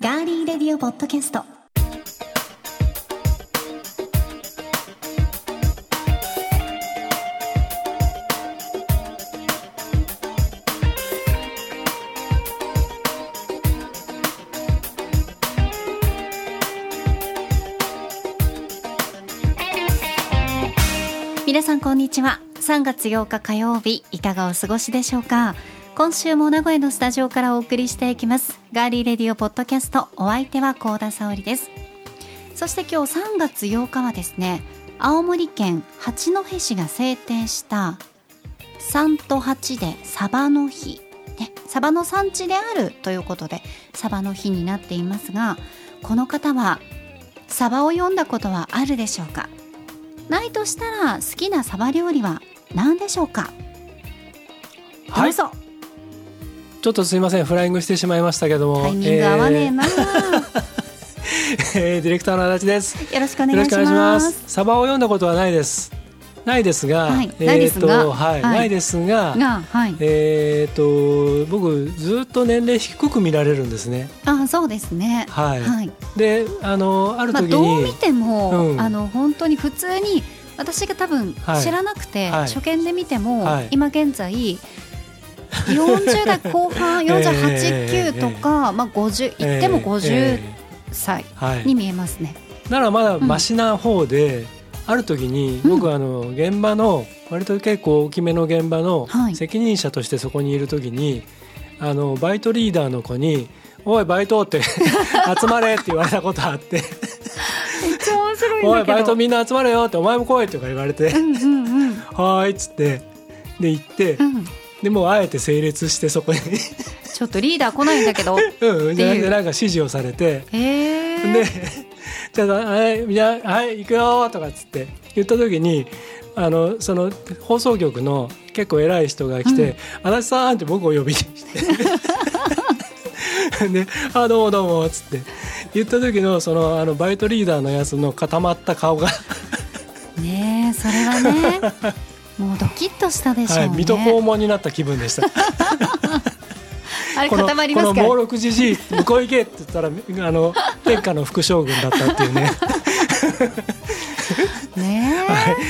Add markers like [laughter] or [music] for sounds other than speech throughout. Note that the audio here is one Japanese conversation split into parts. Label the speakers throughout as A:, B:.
A: ガーリーレディオポッドキャスト。皆さんこんにちは。3月8日火曜日、いかがお過ごしでしょうか。今週も名古屋のスタジオからお送りしていきますガーリーレディオポッドキャストお相手は高田沙織ですそして今日3月8日はですね青森県八戸市が制定した3と8でサバの日、ね、サバの産地であるということでサバの日になっていますがこの方はサバを読んだことはあるでしょうかないとしたら好きなサバ料理は何でしょうかどうぞ、
B: ちょっとすいませんフライングしてしまいましたけども
A: タイミング合わねえな、
B: えー [laughs] えーディレクターの足立で
A: [laughs]
B: す
A: よろしくお願
B: よろ
A: い
B: し
A: し
B: くお願いし
A: ま
B: ますすサバを読んだことはないですないですが、
A: はい
B: えーと
A: ないですが
B: はい、
A: はい
B: ないですが
A: がはい
B: えー、と僕ずっと年齢低く見られるんですね
A: あそうですね
B: はい、
A: はい、
B: であのある
A: まあ
B: 時に、
A: どう見ても、
B: うん
A: あの本当に普通に私が多分
B: はい
A: 知らなくて、
B: はい
A: 初見で見ても、
B: はい
A: 今現在40代後半
B: [laughs] ええ
A: 48、9とか、まあ、50
B: えー
A: いっても
B: え
A: 50歳
B: ーはい
A: に見えます
B: [laughs]
A: ね。
B: ならまだマシな方で、ある時に
A: うん
B: 僕あの現場の割と結構大きめの現場の
A: はい
B: 責任者としてそこにいる時に、あのバイトリーダーの子に「おいバイ
A: [laughs]
B: ト」って集まれって言われたことあって
A: めっちゃ面
B: 「
A: 白
B: おいバイトみんな集まれよ」って「お前も来い」とか言われて
A: うんうんうん
B: 「はーい」っつってで行って
A: うん、
B: でもうあえて整列してそこに [laughs]
A: ちょっとリーダー来ないんだけど
B: うんで
A: っていう
B: でなんか指示をされて
A: へえ
B: で、じゃあ、はい、みんな、はい、行くよとかっつって言った時に、あの、その放送局の結構偉い人が来て、足立さんって僕を呼びにして。 [laughs] で、あ、どうもどうもっつって言った時の、その、あの、バイトリーダーのやつの固まった顔
A: [laughs]
B: が、
A: ねえそれは
B: [laughs]
A: ねもうドキッとしたでしょう
B: は
A: ね、
B: い、水戸黄門になった気分
A: [laughs]
B: でした。
A: あれ
B: この、
A: 固
B: こ
A: まります
B: の
A: か
B: 暴
A: ら
B: 力じじい、向こう行けって言ったら、あの、天下の副将軍だったっ
A: [laughs]
B: ていうね、
A: ね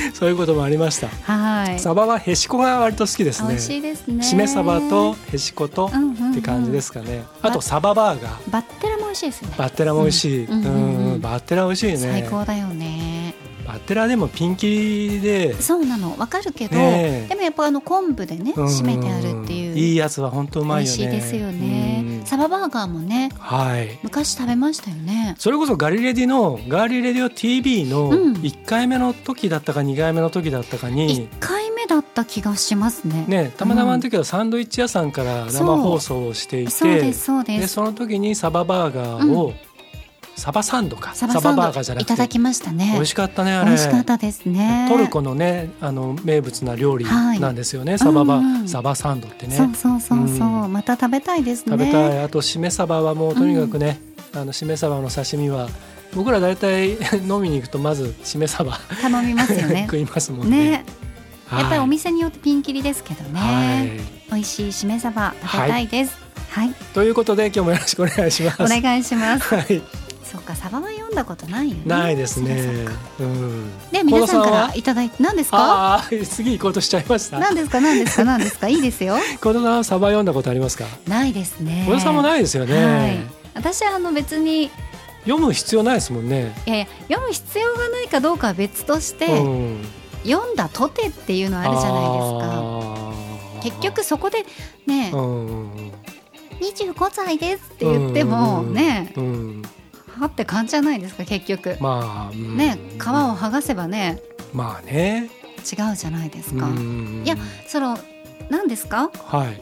A: え
B: そういうこともありました。
A: はい
B: サバはへしこが割と好きですね。
A: 美味しいですね
B: しめ鯖とへしこと
A: うんうんうん
B: って感じですかね、
A: ま
B: あとサババーガー
A: バッテラも美味しいですね
B: バッテラも美味しい、
A: うんうんうんうん
B: バッテラ美味しいね
A: 最高だよね
B: バッテラでもピンキリで
A: そうなのわかるけど、
B: ねえ
A: でもやっぱあの昆布でね
B: うん
A: 締めてあるっていう、
B: いいやつは本当う
A: 美
B: まい
A: 味
B: よね
A: しいですよ
B: うん
A: ねサババーガーもね
B: はい
A: 昔食べましたよね
B: それこそガリレディのガーリレディオ TV の
A: うん
B: 1回目の時だったか2回目の時だったか
A: 一
B: に、
A: 回目だった気がしますね
B: ねたまたまの時はサンドイッチ屋さんから生放送をしていて
A: そうですそうです
B: でその時にサババーガーを、
A: う
B: サバサンドか
A: サバサン
B: バーガーじゃ
A: ド
B: なく
A: い
B: て
A: ただきましたね
B: 美味しかったねあれ
A: 美味しかったですね
B: トルコのねあの名物な料理
A: はい
B: なんですよね、サババ、
A: うんうん
B: サバサンドってね
A: そうそうそうそう、
B: う
A: また食べたいですね
B: 食べたい、あとしめサバはもうとにかくね、あのしめサバの刺身は僕ら大体 [laughs] 飲みに行くとまずしめサバ
A: 頼みますよね
B: [laughs] 食いますもんね
A: ね
B: はい
A: やっぱりお店によってピンキリですけどね、
B: はい
A: 美味しいしめ鯖食べたいです。はい、
B: ということで今日もよろしくお願いします
A: お願いします。
B: はい、
A: そうか、鯖は読んだことないよね。
B: ないです
A: そっ
B: ね
A: かそっか。
B: うん
A: で、皆さんか
B: 近藤さんは
A: らいただいて、何ですか。
B: ああ次行こうとしちゃいました
A: 何ですか、何ですか、何ですか、いいですよ。
B: 小田さんはサバ読んだことありますか [laughs]
A: ないですね。
B: 小田さんもないですよね、
A: はい。私はあの別に、い
B: 読む必要ないですもんね、
A: やいや、読む必要がないかどうかは別として、
B: うん
A: 読んだとてっていうのはあるじゃないですか。結局そこで、ね、二十五歳ですって言っても、ね、
B: うんうんうん、
A: はって感じじゃないですか、結局。
B: まあ、うん
A: ね、皮を剥がせばね、
B: まあね
A: 違うじゃないですか。
B: うん
A: いやその何ですか
B: はい、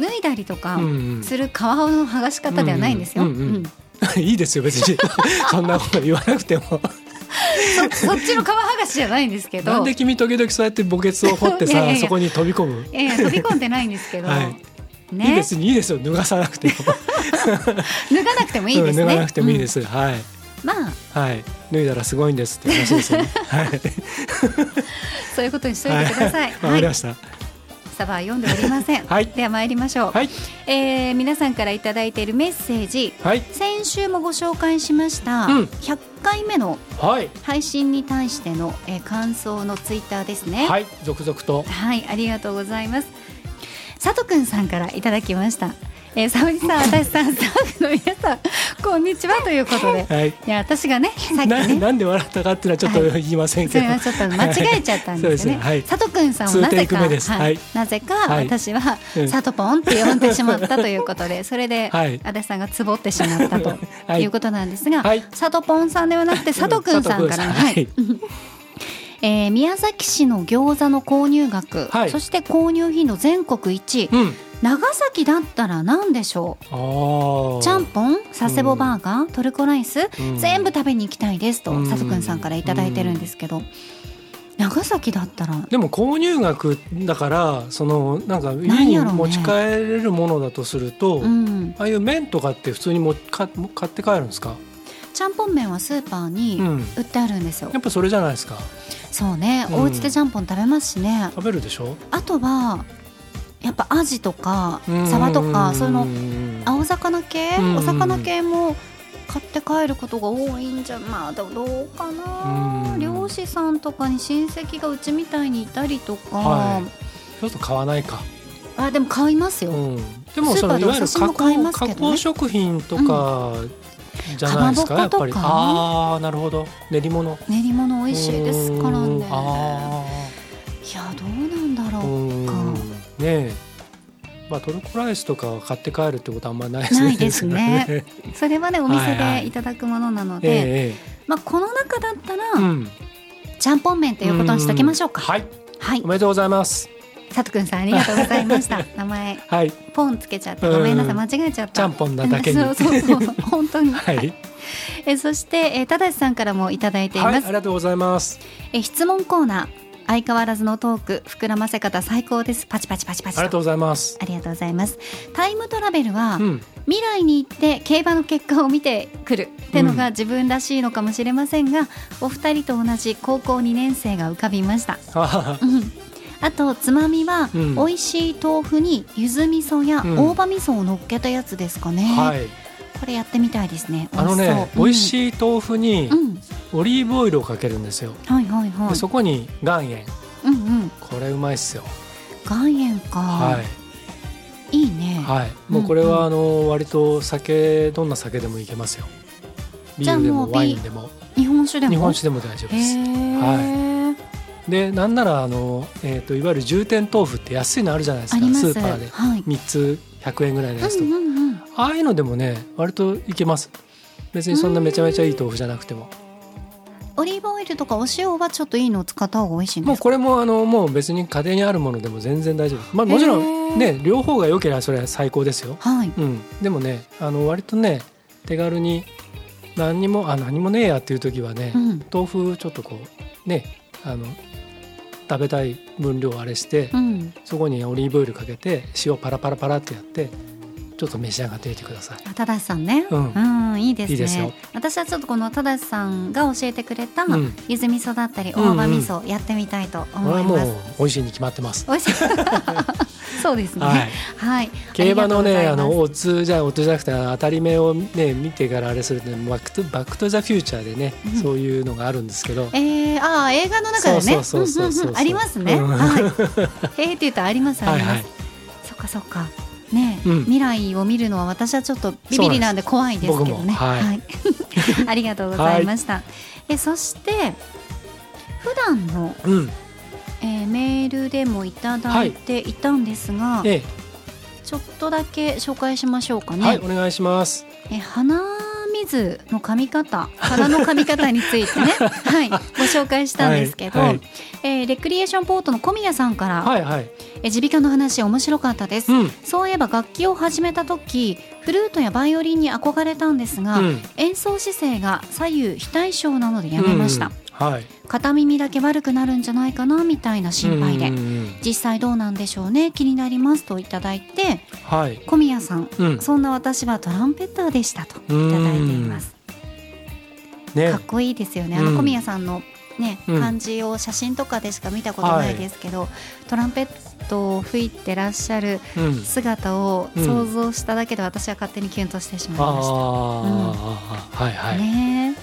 A: 脱いだりとか
B: うん
A: する皮の剥がし方ではないんですよ、
B: うんうんうん
A: うん
B: うん、 [laughs] いいですよ別
A: [laughs]
B: にそんなこと言わなくても
A: そそっちの皮剥がしじゃないんですけ
B: なん
A: ど
B: で君時々そうやって墓穴を掘ってさ
A: いやいやいや
B: そこに飛び込む、
A: いやいや飛び込んでないんですけど、
B: はい
A: ね
B: いいですいいですよ脱がさなくても
A: 脱がなくてもいいですね、
B: うん脱がなくてもいいです、はい
A: うんまあ
B: はい脱いだらすごいんですって
A: [laughs]
B: 話ですよねはい
A: そういうことにしといてください、
B: わ
A: は
B: か
A: い
B: りました、
A: サバは読んでおりません、
B: はい
A: では参りましょう、
B: はい
A: えー皆さんからいただいているメッセージ
B: はい
A: 先週もご紹介しました、
B: うん
A: 100回目の
B: はい
A: 配信に対しての、えー感想のツイッターですね
B: はい続々と
A: はい、ありがとうございます。佐藤くんさんからいただきました。えー、沙織さん、私さん、スタッフの皆さん、こんにちはということで。
B: [laughs] はい
A: いや、私がね、さっき
B: な
A: ね。
B: なんで笑ったかっていうのはちょっと
A: は
B: 言いません [laughs]
A: そ
B: けど、
A: れはちょっと間違えちゃったんですよね。
B: はいそうですねはい
A: 佐藤くんさんをなぜか、
B: ツーテイク目ですはい
A: なぜか
B: はい
A: 私は
B: うん
A: 佐藤ポンって呼んでしまったということで、それで
B: [laughs] はい
A: 足立さんがつぼってしまった
B: [laughs]
A: と
B: はい
A: いうことなんですが、
B: はい
A: 佐藤ポンさんではなくて佐藤くんさ
B: [laughs]
A: んから、
B: 佐藤
A: はい
B: 君。
A: えー宮崎市の餃子の購入額、
B: はい
A: そして購入頻度全国1位、
B: うん
A: 長崎だったら何でしょう
B: あー
A: ちゃんぽん佐世保バーガー、トルコライス、
B: うん
A: 全部食べに行きたいですと
B: うん
A: 佐藤くんさんから頂いただいてるんですけど、長崎だったら
B: でも購入額だからそのなんか
A: な
B: 家
A: ん
B: に
A: やろうね
B: 持ち帰れるものだとすると、
A: うん
B: ああいう麺とかって普通にもか買って帰るんですか、
A: ちゃんぽん麺はスーパー
B: う
A: に
B: ん、
A: 売ってあるんですよ、
B: やっぱそれじゃないですか
A: そうね、
B: うん
A: お家でちゃんぽん食べますしね
B: 食べるでしょ
A: あとはやっぱアジとか
B: うん
A: サバとかそういうの
B: ん
A: 青魚系、
B: うん
A: お魚系も買って帰ることが多いんじゃまあどどうかな、
B: うん
A: 漁師さんとかに親戚がうちみたいにいたりとか、
B: はちょっと買わないか、
A: あでも買いますよ、
B: うん、でもそ
A: スーパー
B: の
A: で
B: いわゆる
A: お刺身
B: 加
A: も買いま
B: 工
A: すけどね
B: 加工食品とかじゃないですか、
A: うん
B: や
A: かま
B: っぱり
A: ぼことか
B: ああなるほど練り物
A: 練り物美味しいですから
B: う
A: ねい
B: んあ
A: やどうなんだ
B: あう
A: ろ
B: ん
A: か
B: ねえまあトルコライスとかは買って帰るってことはあんまりないですね
A: ないですね
B: [laughs] え
A: うそれはねお店
B: はいは
A: で
B: い
A: いただくものなので、
B: ええ
A: まあ、この中だったら、
B: えうん
A: ちゃんぽん麺ということにしときましょうか、
B: んはい
A: はい
B: おめでとうございます
A: 佐藤くんさんありがとうございました [laughs] 名前
B: はい
A: ポンつけちゃってごめんなさい
B: うん
A: 間違えちゃった
B: ちゃんぽんなだけ
A: [laughs]
B: に
A: そうそうそう
B: [laughs]
A: そう本当に
B: はい
A: [laughs] えそして、えー、正さんからもいただいてい
B: はいあ
A: ま
B: り
A: す、
B: がとうございます
A: え質問コーナー相変わらずのトーク膨らませ方最高ですパチパチパチパ
B: あ
A: チ
B: りがとう
A: と
B: ございます
A: ありがとうございますタイムトラベルは、
B: うん
A: 未来に行って競馬の結果を見てくるってのが
B: うん
A: 自分らしいのかもしれませんが、お二人と同じ高校2年生が浮かびました、
B: あはは
A: うんあとつまみは、
B: うん
A: 美味しい豆腐に柚子味噌や
B: うん
A: 大葉味噌を乗っけたやつですかね、
B: はい
A: これやってみたいですね
B: あのね美味
A: い、
B: しい豆腐に
A: うんうん、
B: オリーブオイルをかけるんですよ
A: はいはいは
B: で
A: い
B: そこに岩塩
A: うんうん、
B: これうまいっすよ
A: 岩塩か、、
B: はい
A: いね、
B: はい、もうこれはあの割と酒どんな酒でもいけますよ。ビ
A: じゃあ
B: ールで
A: もう
B: もワインでも
A: 日本酒でも
B: 日本酒でも大丈夫
A: へ
B: です。
A: え、
B: はでなんならあのえっ、といわゆる重点豆腐って安いのあるじゃないです
A: あ
B: か。
A: りま
B: ス
A: す
B: ーパーで
A: はい、
B: 三つ百円ぐらいのやつと
A: う
B: か、
A: んうんうん、
B: ああいうのでもね割といけます。別にそんなめちゃめちゃいい豆腐じゃなくても、
A: オリーブオイルとかお塩はちょっといいのを使った方が美味しいん
B: も
A: で
B: う
A: す
B: これもあのもう別に家庭にあるものでも全然大丈夫。まあもちろ
A: へー
B: んね両方が良ければそれは最高ですよ。
A: かはい
B: うん、でもねあの割とね手軽に何にもあ何もねえやっていう時はね、
A: うん
B: 豆腐ちょっとこうねあの食べたい分量をあれして、
A: うん
B: そこにオリーブオイルかけて塩パラパラパラってやってちょっと召し上がってみてください。
A: あ正さんね
B: うん
A: うんいいですね
B: いいですよ
A: 私はちょっとこの正さんが教えてくれた
B: うん
A: ゆず味噌だったり大葉味噌やってみたいと
B: これ
A: 思
B: はいもう
A: ます、
B: 美味しいに決まってます。
A: 美味しい [laughs] そうですね
B: はい、
A: はい
B: 競馬のねあ
A: りがとう
B: の
A: ございます
B: オッズじゃオッズじゃなくてあの当たり目をね見てからあれするとねバックトバックトザフューチャーでね、
A: うん
B: そういうのがあるんですけど、
A: えー、あー映画の中でね
B: そうそうそうそ
A: うんうんう
B: うそう
A: んありますね、
B: うん
A: はいえーって言うとありますあ
B: はい
A: ります、
B: はい
A: そっかそっかねえ、
B: うん
A: 未来を見るのは私はちょっとビビりなんで怖いんですけど
B: 僕
A: ね
B: もはい
A: い [laughs] ありがとうございました、えそして普段の、
B: うん、
A: えーメールでもいただいていたんですが、
B: ええ
A: ちょっとだけ紹介しましょうかね、
B: はいお願いします。
A: え鼻水の噛み方鼻の噛み方につい
B: [laughs]
A: てね、はい、ご紹介したんですけど、
B: はいはい
A: えーレクリエーションポートの小宮さんから、
B: はいはい。
A: え耳鼻科の話面白かったです、
B: うん。
A: そういえば楽器を始めた時フルートやバイオリンに憧れたんですが、
B: うん
A: 演奏姿勢が左右非対称なのでやめました、
B: うんはい。
A: 片耳だけ悪くなるんじゃないかなみたいな心配で、
B: うんうんうん
A: 実際どうなんでしょうね気になりますといただいて
B: はい。
A: 小宮さん
B: うん。
A: そんな私はトランペッターでしたといただいています。
B: ね
A: かっ。こいいですよね。あ
B: う
A: の
B: ん
A: 小宮さんのね、
B: うん
A: 漢字を写真とかでしか見たことないですけど、トランペットを吹いてらっしゃる
B: うん
A: 姿を
B: うん
A: 想像しただけで私は勝手にキュンとしてしまい
B: あ
A: まし
B: あ、はい
A: た、
B: はい、
A: ねえ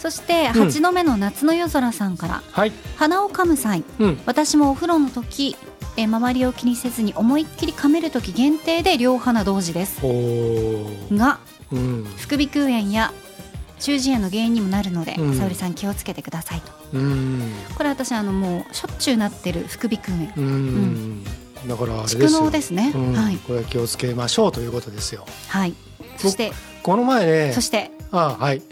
A: そして
B: うん
A: 8度目の夏の夜空さんから
B: はい、
A: 「花を噛む際
B: うん、
A: 私もお風呂の時えー周りを気にせずに思いっきり噛める時限定で両花同時です
B: おー
A: が
B: うん、
A: 副鼻腔炎や中耳炎の原因にもなるので、
B: うん
A: 沙織さん気をつけてくださいと
B: うん、
A: これ私あのもうしょっちゅうなってる副鼻腔炎
B: うん、
C: だからあれで
A: 蓄
C: すよ
A: 能ですね、
C: うん
A: はい
C: これは気をつけましょうということですよ
A: はいそして
C: この前ね
A: そして
C: あはい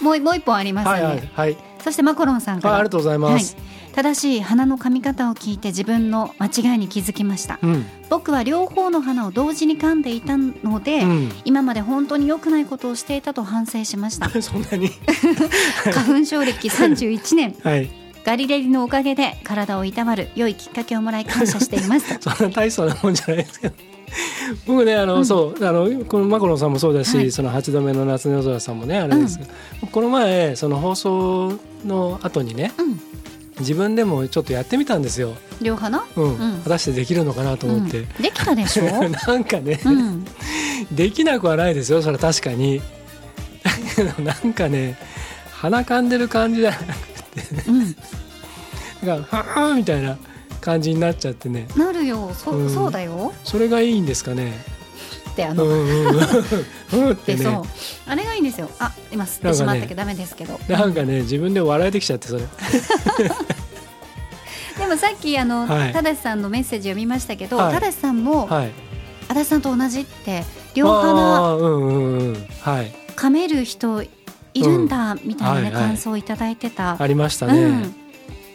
A: もうもう一本ありますよ
C: はい
A: ね、
C: はいはい
A: そしてマコロンさんか
C: あ
A: ら
C: ありがとうございます、
A: はい、正しい花の噛み方を聞いて自分の間違いに気づきました
C: うん
A: 僕は両方の花を同時に噛んでいたので、
C: うん
A: 今まで本当に良くないことをしていたと反省しました
C: [laughs]
B: [laughs] そんなに、
A: 花粉症歴31年
B: はい、
A: ガリレリのおかげで体をいたわる良いきっかけをもらい感謝してい
C: [laughs]
A: ます
B: そんな大層なもんじゃないですけど。僕ねあの、
A: うん
B: そうあのこのマコロンさんもそうだし、
A: はい
B: その8度目の夏の夜空さんもねあれですけど、この前その放送の後にね
A: うん
B: 自分でもちょっとやってみたんですよ、
A: 両花
B: うん
A: うん
B: 果たしてできるのかなと思って、
A: うん、できた
C: [laughs]
A: でしょ、
B: [laughs] なんかね、
A: うん、
B: できなくはないですよそれは確かにだけどなんかね鼻かんでる感じだ
A: うん、
B: なんか「はん」みたいな感じになっちゃってね
A: なるよそ,、う
B: うん
A: そうだよ
B: それがいいんですかね
A: ってあ
B: う
A: の、
B: んうん
A: [laughs]
B: うんうんって
A: で
B: ね
A: そうあれがいいんですよあ今吸ってしまったけどダメですけど、
B: なんかね自分で笑えてきちゃってそれ
A: でもさっきあの、
B: はい
A: ただしさんのメッセージ読みましたけど、
B: はい
A: ただしさんも、
B: はい
A: 足立さんと同じって両鼻
B: あーうんうんうんはい
A: 噛める人いるんだみたいなね、
B: はいはい
A: 感想をいただいてた、
B: ありました
A: うん
B: ね、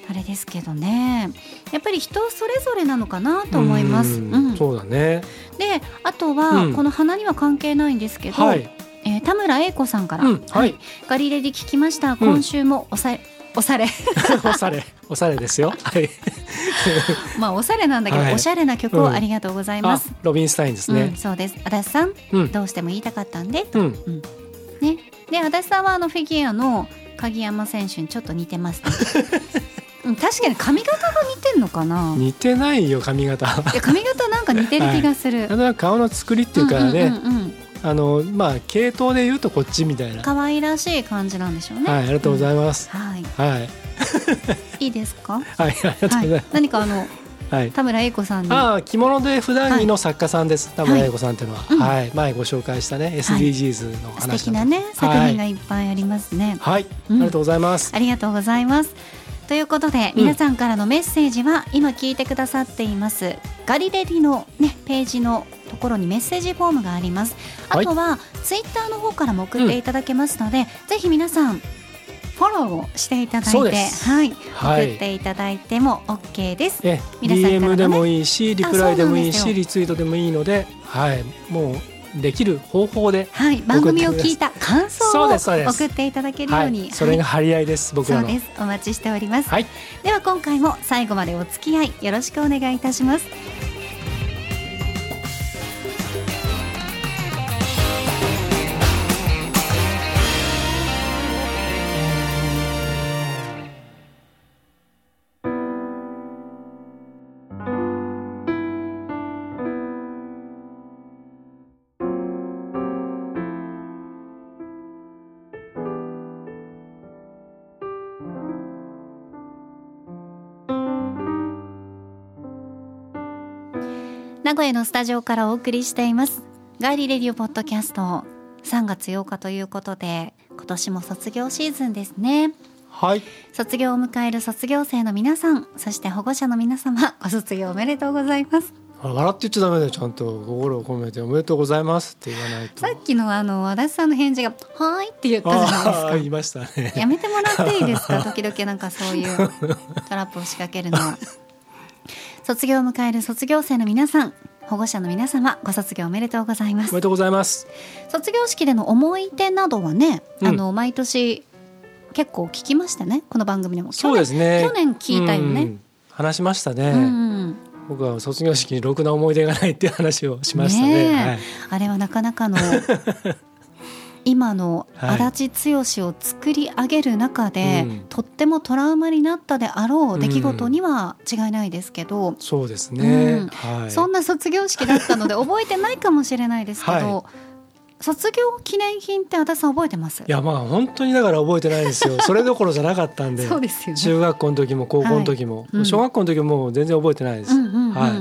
A: あれですけどねやっぱり人それぞれなのかなと思います。
B: うん
A: うん
B: そうだね
A: であとは、
B: うん
A: この鼻には関係ないんですけど、
B: はい
A: えー田村英子さんから、
B: うんはい [laughs]
A: ガリレディ聞きました今週もおさえ、おされ [laughs]
B: おされおされですよはい
A: まあおされなんだけど、
B: はい
A: おしゃれな曲を
B: うん
A: ありがとうございま
B: あ
A: す、
B: ロビンスタインです
A: うん
B: ね
A: そうです足立さん、
B: うん
A: どうしても言いたかったんで
B: うん
A: ねで足立さんはあのフィギュアの鍵山選手にちょっと似て
B: [laughs]
A: ます、ね、うん確かに髪型が似てんのかな
B: 似てないよ髪
A: [laughs]
B: 型ない
A: や髪型なんか似てる気がする、
B: んとなく顔の作りっていうかね、
A: うんうんうんうん
B: あのまあ系統で言うとこっちみたいな、
A: 可愛らしい感じなんでしょうね
B: はいありがとうござ
A: い
B: います、
A: ます、はい
B: はい
A: いいですか
B: はいありがとうござい
A: は
B: ま
A: い
B: す、
A: 何かあの
B: はい
A: 田村英子さんに
B: ああ着物で普段着の作家さんです、田村英子さんっていうのは、
A: うん
B: はい前ご紹介したね SDGs の
A: 素
B: 話
A: 敵
B: な
A: なん
B: で
A: ね作品がいっぱいありますね、
B: はい、
A: うん
B: ありがとうございます、
A: ありがとうございますということで
B: うん
A: 皆さんからのメッセージは今聞いてくださっています、ガリレディの、ね、ページのところにメッセージフォームがありますあ
B: はい
A: とはツイッターの方からも送っていただけますので、ぜひ皆さんフォローをしていただ
B: そう
A: いて、
B: です
A: はい、
B: はい
A: 送っていただいても OK です
B: え
A: 皆さんからのね
B: DM でもいいしリプライでもいい
A: あそうなんです
B: し
A: よ
B: リツイートでもいいのではいもうできる方法で
A: はい、番組を聞いた感想
B: そう
A: を
B: ですそうです
A: 送っていただけるよ
B: は
A: うに、はい
B: い、それが張り合いです、僕
A: そ
B: ら
A: う
B: の
A: ですお待ちしております、
B: はい
A: では今回も最後までお付き合いよろしくお願いいたします名古屋のスタジオからお送りしていますガーリーレディオポッドキャスト3月8日ということで今年も卒業シーズンですね
C: はい
A: 卒業を迎える卒業生の皆さんそして保護者の皆様ご卒業おめでとうございます
C: あ笑って言っちゃダメだよちゃんと心を込めておめでとうございますって言わないと
A: さっきのあの足立さんの返事が「はーい」って言ったじゃないです
B: あ
A: か
B: あ言いましたね
A: やめてもらっていいですか時々なんかそういうトラップを仕掛けるのは卒業を迎える卒業生の皆さん保護者の皆様ご卒業おめでとうございま
B: お
A: す
B: めでとうございます
A: 卒業式での思い出などはね、
B: うん
A: あの毎年結構聞きましたねこの番組でも
B: そうですね
A: 去年去年聞いたよ
B: う
A: ね、
B: ん話しました
A: う
B: ね、
A: んうん
B: 僕は卒業式にろくな思い出がないっていう話をしました
A: ね
B: ね
A: えあれはなかなかの今の
D: はい
A: 足立剛を作り上げる中で、
D: うん
A: とってもトラウマになったであろう出来事には違いないですけど、
D: そうですね、
A: うん
D: はい
A: そんな卒業式だったので覚えてないかもしれないですけど、
D: は
A: 卒業記念品って足立さん覚えてます
D: いやまあ本当にだから覚えてないんですよそれどころじゃなかったんで
A: そうですよね。
D: 中学校の時も高校の時も、
A: うん
D: 小学校の時ももう全然覚えてないです、
A: うんうんうん
D: はい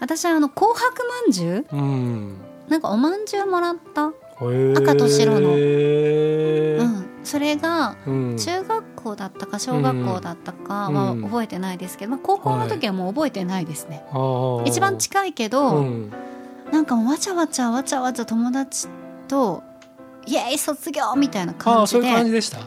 A: 私はあの紅白まんじゅう
D: うん、
A: なんかおまんじゅうもらった、赤
D: 赤
A: と白のう
D: の、
A: ん、それが
D: うん、
A: 中学校だったか小学校だったかは
D: うん
A: 覚えてないですけど、まあ、高校の時はもう覚えてないですね、
D: ああ
A: 一番近いけ
D: う
A: ど、
D: ん
A: なんかもうわちゃわちゃわちゃわちゃ友達と「イエーイ卒業!」みたいな
D: あ
A: 感
D: あそう
A: じで
D: いう感じでした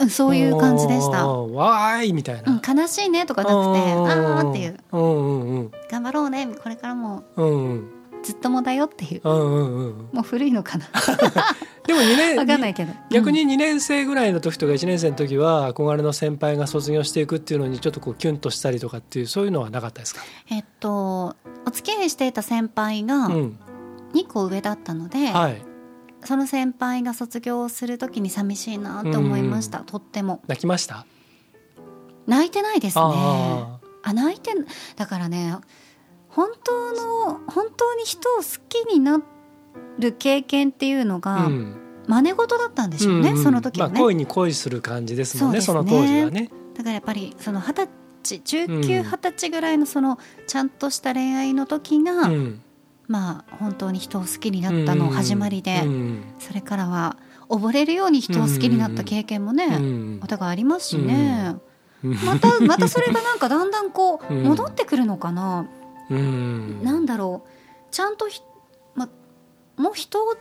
A: うんそういう感じでし
D: あ
A: た、
D: あわーいみたいな、
A: うん、悲しいねとかなくて「ああ」っていう
D: うんうん
A: 「頑張ろうねこれからも
D: うんうんうん
A: ずっともだよ」っていう
D: うんうんうん
A: もう古いのかな
D: でも2年
A: [laughs] わかんないけど
D: 逆に2年生ぐらいの時とか1年生の時は憧れの先輩が卒業していくっていうのにちょっとこうキュンとしたりとかっていうそういうのはなかったですか、
A: えっとお付き合いしていた先輩が
D: うん
A: 2個上だったので、
D: はい、
A: その先輩が卒業するときに寂しいなと思いました、とっても
D: 泣きました、
A: 泣いてないですねあ
D: あ
A: 泣いてんだからね本当の本当に人を好きになる経験っていうの
D: あ、
A: が
D: うん
A: 真似事だったんでしょうね、
D: うんうん
A: その時はね、
D: まあ、恋に恋する感じですもんねそ
A: そう
D: の
A: ですね
D: 当時はね
A: だからやっぱりその二十歳
D: う
A: 1920
D: ん
A: 歳ぐらいのそのちゃんとした恋愛の時が、
D: うん
A: まあ本当に人を好きになったの始まりで、
D: うん
A: それからは溺れるように人を好きになった経験もね、
D: うん
A: お互いありますしね、
D: うん
A: またまたそれがなんかだんだんこう
D: うん
A: 戻ってくるのかな、
D: うん
A: なんだろうちゃんとひ、ま、もう人を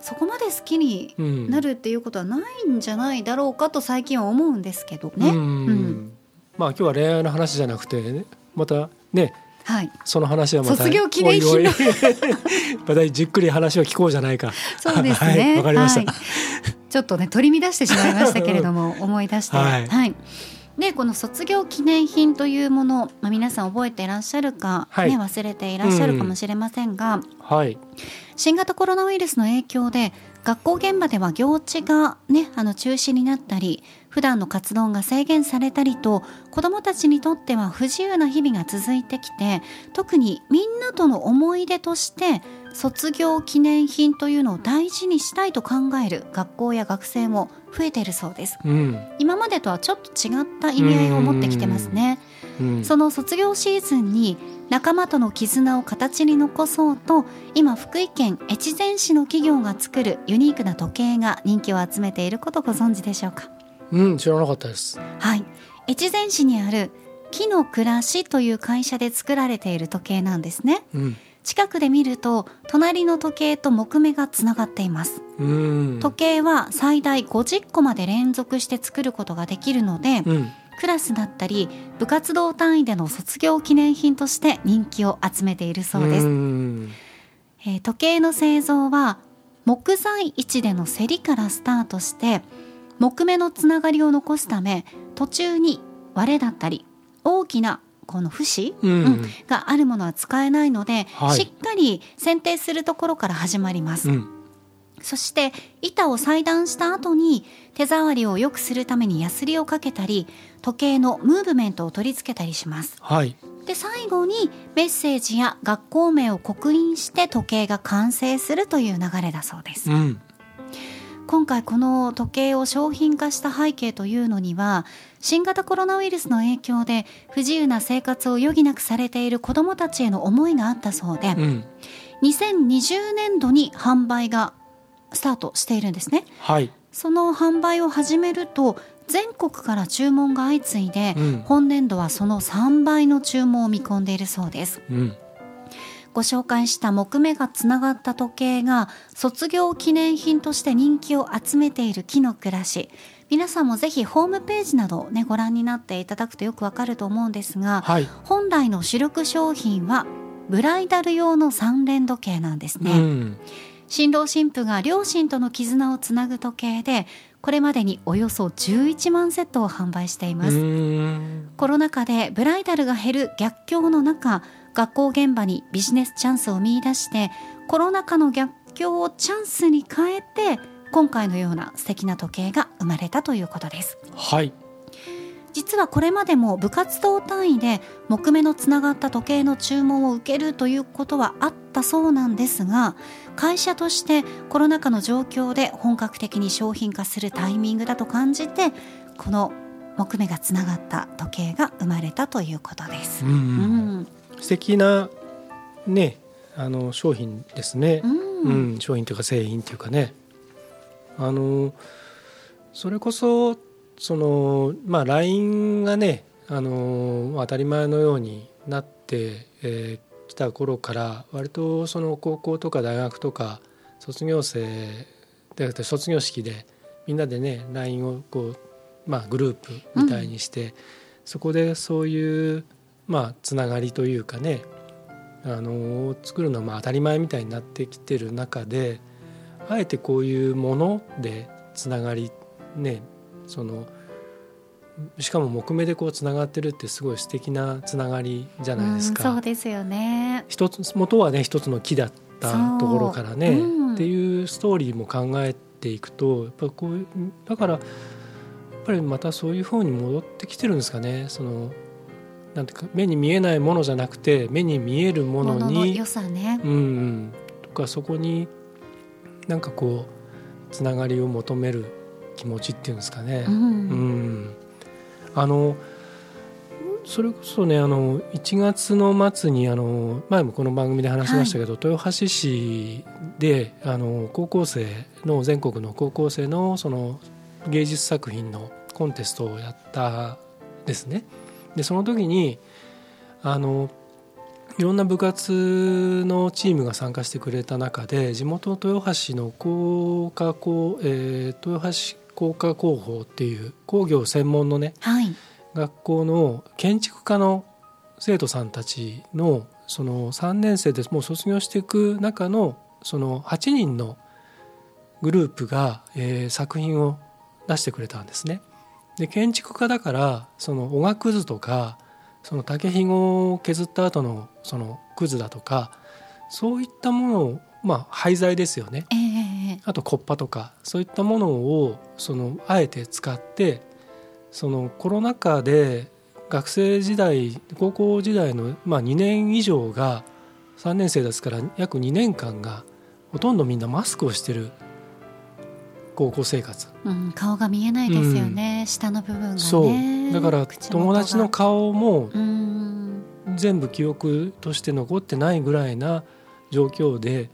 A: そこまで好きに
D: うん
A: なるっていうことはないんじゃないだろうかと最近は思うんですけどね、
D: うん
A: うん
D: まあ今日は恋愛の話じゃなくてね、またね
A: はい
D: その話はまた
A: 卒業記念品の
D: おい [laughs] おいまたじっくり話を聞こうじゃないか
A: そうです
D: はい
A: ね
D: わかりました
A: はいちょっとね取り乱してしまいましたけれど
D: [laughs]
A: も思い出しては、
D: はいい
A: でこの卒業記念品というもの、まあ、皆さん覚えていらっしゃるか、
D: はい
A: ね、忘れていらっしゃるかもしれませんが、
D: はい
A: 新型コロナウイルスの影響で学校現場では行事が、ね、あの中止になったり普段の活動が制限されたりと子どもたちにとっては不自由な日々が続いてきて特にみんなとの思い出として卒業記念品というのを大事にしたいと考える学校や学生も増えているそうです
D: うん
A: 今までとはちょっと違った意味合いを持ってきてますね。
D: うん
A: その卒業シーズンに仲間との絆を形に残そうと今福井県越前市の企業が作るユニークな時計が人気を集めていることご存知でしょうか
B: うん知らなかったです
A: はい越前市にある木の暮らしという会社で作られている時計なんですね
D: うん
A: 近くで見ると隣の時計と木目がつながっています
D: うん
A: 時計は最大50個まで連続して作ることができるので、
D: うん
A: クラスだったり部活動単位での卒業記念品として人気を集めているそうです、
D: ん
A: えー時計の製造は木材市での競りからスタートして木目のつながりを残すため途中に割れだったり大きなこの節、
D: うん
A: うんがあるものは使えないので、
D: はい
A: しっかり剪定するところから始まります、
D: うん
A: そして板を裁断した後に手触りを良くするためにヤスリをかけたり時計のムーブメントを取り付けたりします
D: はい
A: で最後にメッセージや学校名を刻印して時計が完成するという流れだそうです
D: うん
A: 今回この時計を商品化した背景というのには新型コロナウイルスの影響で不自由な生活を余儀なくされている子どもたちへの思いがあったそうで
D: うん
A: 2020年度に販売がスタートしているんですね
D: はい
A: その販売を始めると全国から注文が相次いで、
D: うん
A: 本年度はその3倍の注文を見込んでいるそうです
D: うん
A: ご紹介した木目がつながった時計が卒業記念品として人気を集めている木の暮らし皆さんもぜひホームページなどを、ね、ご覧になっていただくとよくわかると思うんですが、
D: はい
A: 本来の主力商品はブライダル用の三連時計なんですね、
D: うん
A: 新郎新婦が両親との絆をつなぐ時計でこれまでにおよそ11万セットを販売していうます、
D: ん
A: コロナ禍でブライダルが減る逆境の中学校現場にビジネスチャンスを見出してコロナ禍の逆境をチャンスに変えて今回のような素敵な時計が生まれたということです
D: はい
A: 実はこれまでも部活動単位で木目のつながった時計の注文を受けるということはあったそうなんですが会社としてコロナ禍の状況で本格的に商品化するタイミングだと感じてこの木目がつながった時計が生まれたということです
D: う。んう
A: うんん
B: 素敵なねあの商品ですね
A: う、
B: うん
A: ん
B: 商品というか製品というかねあのそれこそそのまあ LINE がねあの当たり前のようになって、えーきた頃から割とその高校とか大学とか卒業生で卒業式でみんなでね LINE をこう、まあ、グループみたいにして、そこでそういう、まあ、つながりというかねあのを作るのはまあ当たり前みたいになってきてる中であえてこういうものでつながりねそのしかも木目でこうつながってるってすごい素敵なつながりじゃないですか。
A: そうですよね。
B: 一つ元はね一つの木だったところからね、
A: そううん
B: っていうストーリーも考えていくとやっぱこうだからやっぱりまたそういう方に戻ってきてるんですかねそのなんていうか目に見えないものじゃなくて目に見えるもの
A: ものの
B: に
A: 良さね。
B: うんうん、とかそこになんかこうつながりを求める気持ちっていうんですかね。
A: うん
B: うん、あのそれこそねあの1月の末にあの前もこの番組で話しましたけど、豊橋市であの高校生の全国の高校生のその芸術作品のコンテストをやったですね。でその時にあのいろんな部活のチームが参加してくれた中で地元の豊橋の工科高、えー豊橋工科工法っていう工業専門のね
A: はい。
B: 学校の建築科の生徒さんたちのその3年生でもう卒業していく中のその8人のグループが、えー作品を出してくれたんですね。で建築家だからそのおがくずとかその竹ひごを削った後のそのくずだとかそういったものをまあ廃材ですよね。
A: ええ
B: あとコッパとかそういったものをそのあえて使ってそのコロナ禍で学生時代高校時代の、まあ、2年以上が3年生ですから約2年間がほとんどみんなマスクをしてる高校生活、
A: うん、顔が見えないですよね。下の部分がね。
B: そうだから
A: 口元が
B: 友達の顔も
A: うん。
B: 全部記憶として残ってないぐらいな状況で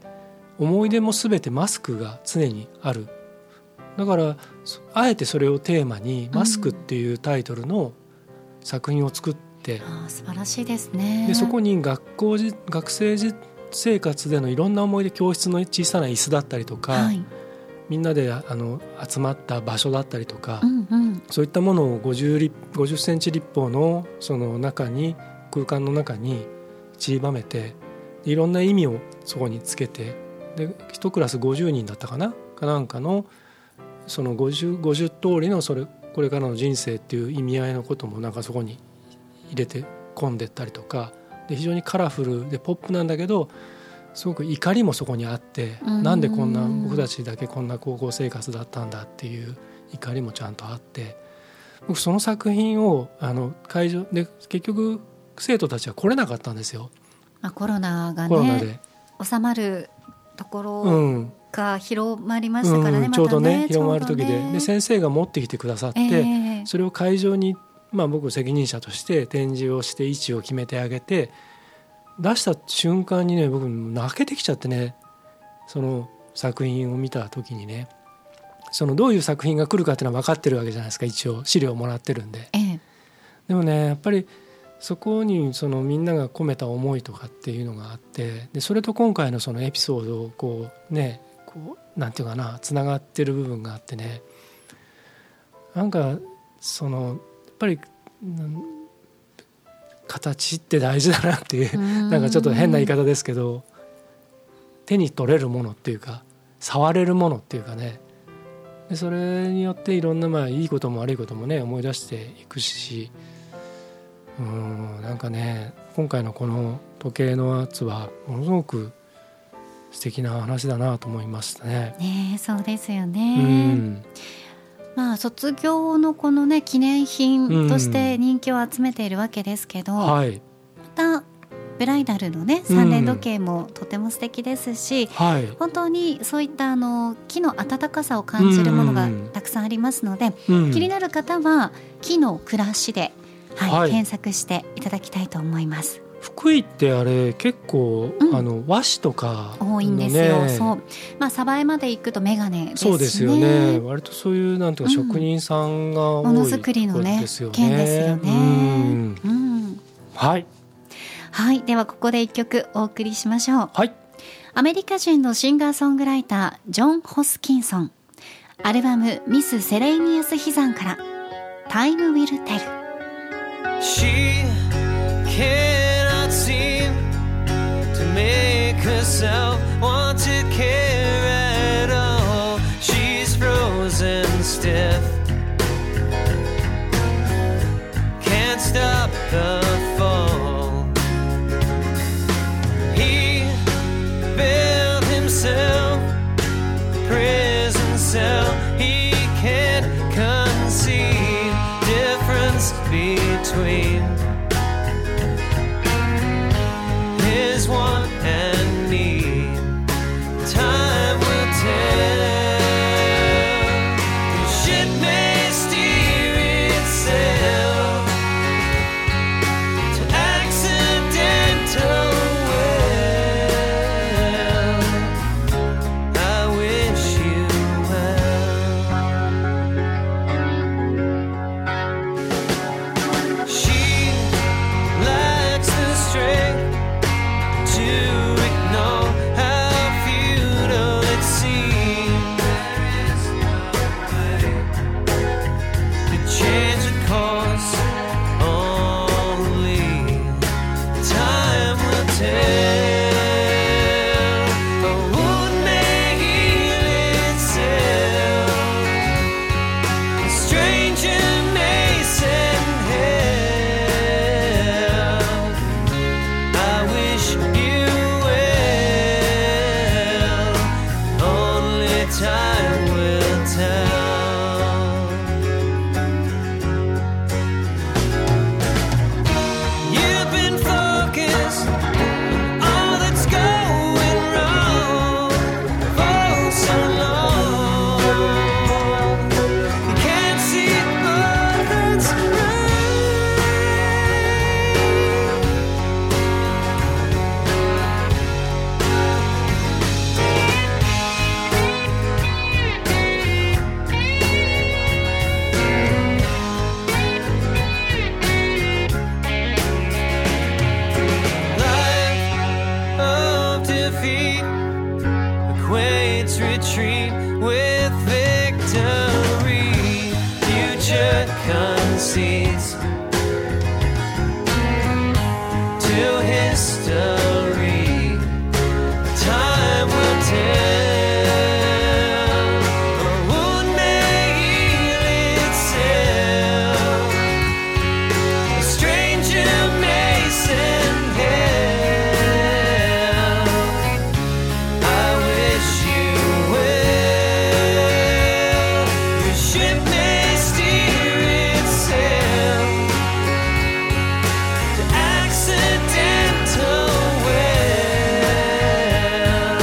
B: 思い出も全てマスクが常にあるだからそあえてそれをテーマに「マスク」っていうタイトルの作品を作って、
A: ああ素晴らしいですね。
B: でそこに学校じ学生じ生活でのいろんな思い出教室の小さな椅子だったりとか、
A: はい。
B: みんなであの集まった場所だったりとか、
A: うんうん。
B: そういったものを50立50センチ立方のその中に空間の中に散りばめていろんな意味をそこにつけてで1クラス50人だったかなかなんかのその 50, 50通りのそれこれからの人生っていう意味合いのこともなんかそこに入れて込んでったりとかで非常にカラフルでポップなんだけどすごく怒りもそこにあって
A: うん
B: なんでこんな僕たちだけこんな高校生活だったんだっていう怒りもちゃんとあって僕その作品をあの会場で結局生徒たちは来れなかったんですよ
A: まあコロナが
B: コロナで。
A: ね収まるとこ
B: う
A: ろ
B: ん
A: が広まりましたからね。
B: う
A: ま
B: ん
A: た
B: ちょうどね広まる時
A: ちょ
B: で,、
A: うどね
B: で先生が持ってきてくださって、
A: ええええ
B: それを会場に、まあ、僕責任者として展示をして位置を決めてあげて出した瞬間にね僕泣けてきちゃってねその作品を見た時にねそのどういう作品が来るかっていうのは分かってるわけじゃないですか一応資料もらってるんで。
A: ええ
B: でもねやっぱりそこにそのみんなが込めた思いとかっていうのがあってでそれと今回のそのエピソードをこうねこうなんていうかなつながってる部分があってねなんかそのやっぱりなん形って大事だなっていうう
A: ーん
B: [laughs] なんかちょっと変な言い方ですけど手に取れるものっていうか触れるものっていうかねでそれによっていろんなまあいいことも悪いこともね思い出していくしうーんなんかね今回のこの時計のやつはものすごく素敵な話だなと思いましたね。
A: ねえそうですよ
B: う
A: ね。
B: ん、
A: まあ卒業のこのね記念品として人気を集めているわけですけど、ま
B: はい、
A: たブライダルのね三連時計もとても素敵ですし、
B: はい、
A: 本当にそういったあの木の温かさを感じるものがたくさんありますので、
B: うん
A: 気になる方は木の暮らしで、はい
B: はい
A: 検索していただきたいと思います。
B: 福井ってあれ結構、
A: うん
B: あの和紙とかのね、
A: 多いんですよ。そう、まあ鯖江まで行くとメガネですね。
B: そうですよね。割とそういうなんていうか
A: うん
B: 職人さんが多い
A: ものづくりの
B: ところ
A: ね
B: ですよね
A: 県ですよ
B: う
A: ね
B: ん。
A: うん、
B: はい
A: はい、ではここで一曲お送りしましょう。
B: はい
A: アメリカ人のシンガーソングライター、ジョン・ホスキンソン。アルバム、ミス・セレイニアス・ヒザンから、タイム・ウィル・テル。
E: She cannot seem to make herself want to care at all. She's frozen stiff. Can't stop the fall. He built himself a prison cell. He can't conceive difference between his want and need. Time will tell. The ship may steer itself to accidental will. I wish you well. She lacks the strength to ignore how futile it seems. To change the course only time will tell. A wound may heal itself. A stranger may send help. I wish you well. Only time will tell. You've been focused all that's going wrong for so long. You can't see it all that's right. Life of defeat equates retreat with victory. Future concedes to history. Time will tell. A wound may heal itself. A stranger may send help. I wish you well. Your ship may steer itself to accidental will.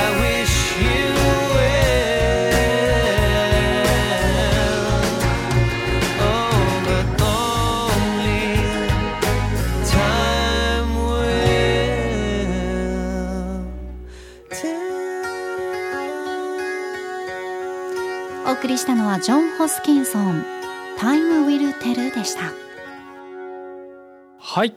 E: I wish you well. Oh, but only time will tell.
A: お送りしたのはジョン・ホスキンソン、タイム・ウィル・テルでした。
B: はい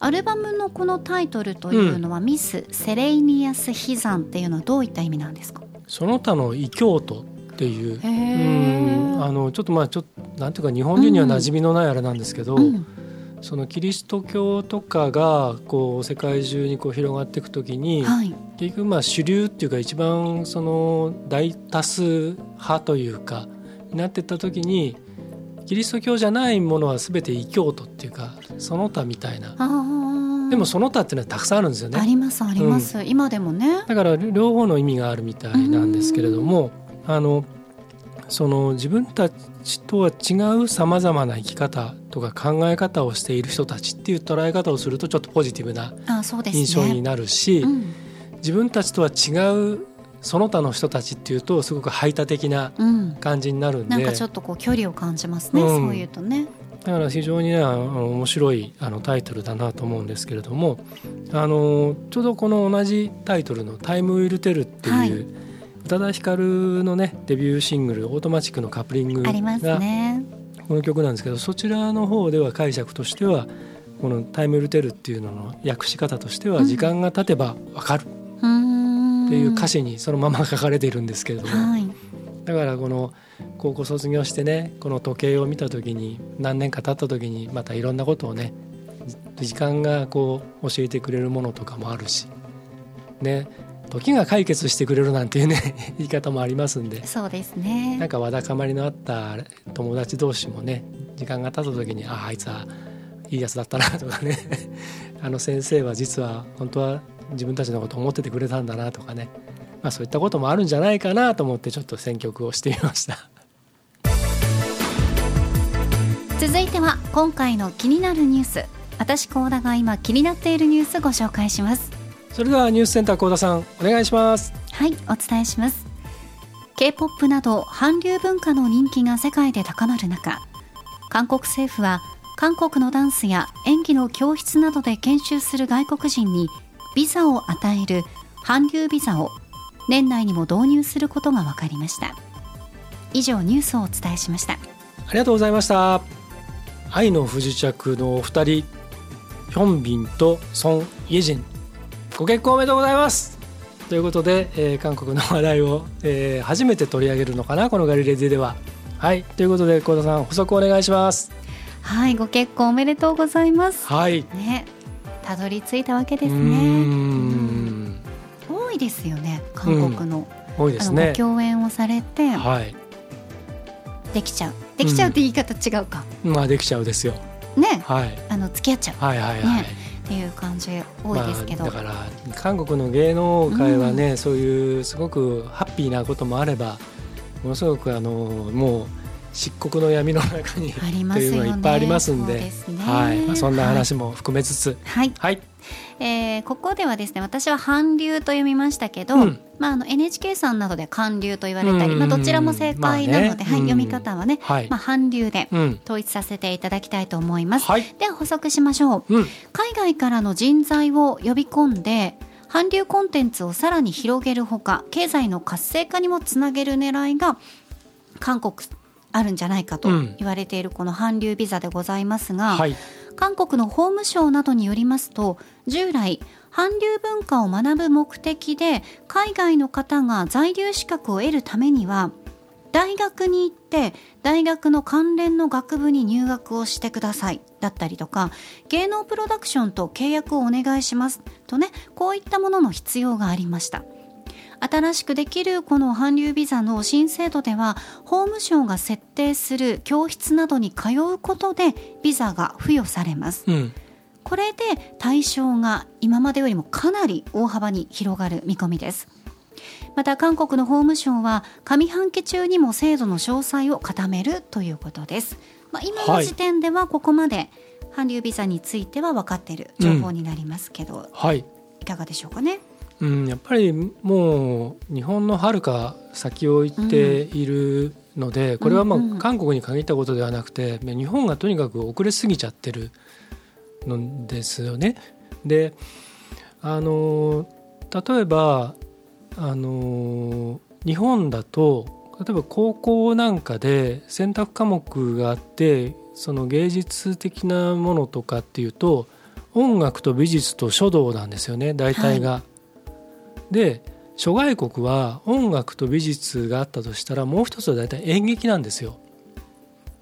A: アルバムのこのタイトルというのは、ミス・セレイニアス・ヒザンっていうのはどういった意味なんですか
B: その他の異教徒っていう
A: へ
B: うんあのちょっとまあちょっとなんていうか日本人には馴染みのないあれなんですけど、
A: うん
B: そのキリスト教とかがこう世界中にこう広がっていくときに、
A: はい。
B: 結局まあ主流っていうか一番その大多数派というかになってった時にキリスト教じゃないものは全て異教徒っていうかその他みたいな
A: ああ。
B: でもその他っていうのはたくさんあるんですよね
A: ありますあります、今でもね
B: だから両方の意味があるみたいなんですけれども、あのその自分たちとは違うさまざまな生き方とか考え方をしている人たちっていう捉え方をするとちょっとポジティブな
A: あそうですね
B: 印象になるし、
A: うん
B: 自分たちとは違うその他の人たちっていうとすごく排他的な
A: うん、
B: 感じになるんで
A: なんかちょっとこう距離を感じますね、
B: うん
A: そういうとね
B: だから非常にねあの面白いあのタイトルだなと思うんですけれどもあのちょうどこの同じタイトルの「タイム・ウィル・テル」って
A: はいいう
B: 宇多田ヒカルのねデビューシングル「オートマチック」のカップリング
A: あります
B: が
A: ね
B: この曲なんですけどそちらの方では解釈としてはこの「タイム・ウィル・テル」っていうのの訳し方として
A: う
B: は
A: ん
B: 時間が経てばわかる
A: うーん
B: っていう歌詞にそのまま書かれているんですけれども、
A: はい
B: だからこの高校卒業してねこの時計を見た時に何年か経った時にまたいろんなことをねじ時間がこう教えてくれるものとかもあるしね時が解決してくれるなんていうね [laughs] 言い方もありますんで
A: そうです
B: なん
A: ね
B: かわだかまりのあった友達同士もね時間が経った時にあああいつはいいやつだったなとかね [laughs] あの先生は実は本当は自分たちのこと思っててくれたんだなとかね、まあ、そういったこともあるんじゃないかなと思ってちょっと選曲をしてみました。
A: 続いては今回の気になるニュース私高田が今気になっているニュースご紹介します
B: それではニュースセンター高田さんお願いします
A: はい、お伝えします。K-POP など韓流文化の人気が世界で高まる中、韓国政府は韓国のダンスや演技の教室などで研修する外国人にビザを与える韓流ビザを年内にも導入することが分かりました。以上ニュースをお伝えしました。
B: ありがとうございました愛の不時着のお二人ヒョンビンとソン・イェジンご結婚おめでとうございますということで、えー韓国の話題を、えー初めて取り上げるのかなこのガリレディでははいということで高田さん補足お願いします
A: はい、ご結婚おめでとうございます。
B: はい
A: ね、たどり着いたわけで
B: うー
A: すね。
B: ん
A: 多いですよね、韓国の。
B: 多いで
A: あ
B: す
A: のご
B: ね
A: 共演をされて。
B: はい
A: できちゃうできちゃうって言い方違うか、
B: まあできちゃうですよ、
A: ね
B: はい、
A: あの付き合っちゃう
B: はいはいはい
A: ねっていう感じ多いですけど、
B: まあ、だから韓国の芸能界はね、そういうすごくハッピーなこともあればものすごくあのもう漆黒の闇の中に
A: ありますよね
B: というのがいっぱいありますんで
A: そうですね
B: はいまあ、そんな話も含めつつ
A: はい、
B: はい、
A: えーここではですね私は韓流と読みましたけど、
B: うん
A: まあ、あの NHK さんなどで韓流と言われたり、
B: うん
A: まあ、どちらも正解なので、
B: まあね
A: はい、
B: うん
A: 読み方はね、
B: はい
A: まあ、韓流で
B: うん
A: 統一させていただきたいと思います、
B: はい
A: では補足しましょう
B: うん
A: 海外からの人材を呼び込んで韓流コンテンツをさらに広げるほか経済の活性化にもつなげる狙いが韓国あるんじゃないかと
B: うん
A: 言われているこの韓流ビザでございますが、
B: はい
A: 韓国の法務省などによりますと従来韓流文化を学ぶ目的で海外の方が在留資格を得るためには大学に行って大学の関連の学部に入学をしてくださいだったりとか芸能プロダクションと契約をお願いしますとねこういったものの必要がありました新しくできるこの韓流ビザの新制度では法務省が設定する教室などに通うことでビザが付与されます
B: うん
A: これで対象が今までよりもかなり大幅に広がる見込みですまた韓国の法務省は上半期中にも制度の詳細を固めるということです、まあ、今の
B: はい
A: 時点ではここまで韓流ビザについては分かっている情報になりますけど、
B: はい
A: いかがでしょうかね
B: うん、やっぱりもう日本のはるか先を行っているので、これはま
A: うんうん
B: あ韓国に限ったことではなくてね日本がとにかく遅れすぎちゃってるのですよね。であの例えばあの日本だと例えば高校なんかで選択科目があってその芸術的なものとかっていうと音楽と美術と書道なんですよね大体が。で諸外国は音楽と美術があったとしたらもう一つは大体演劇なんですよ。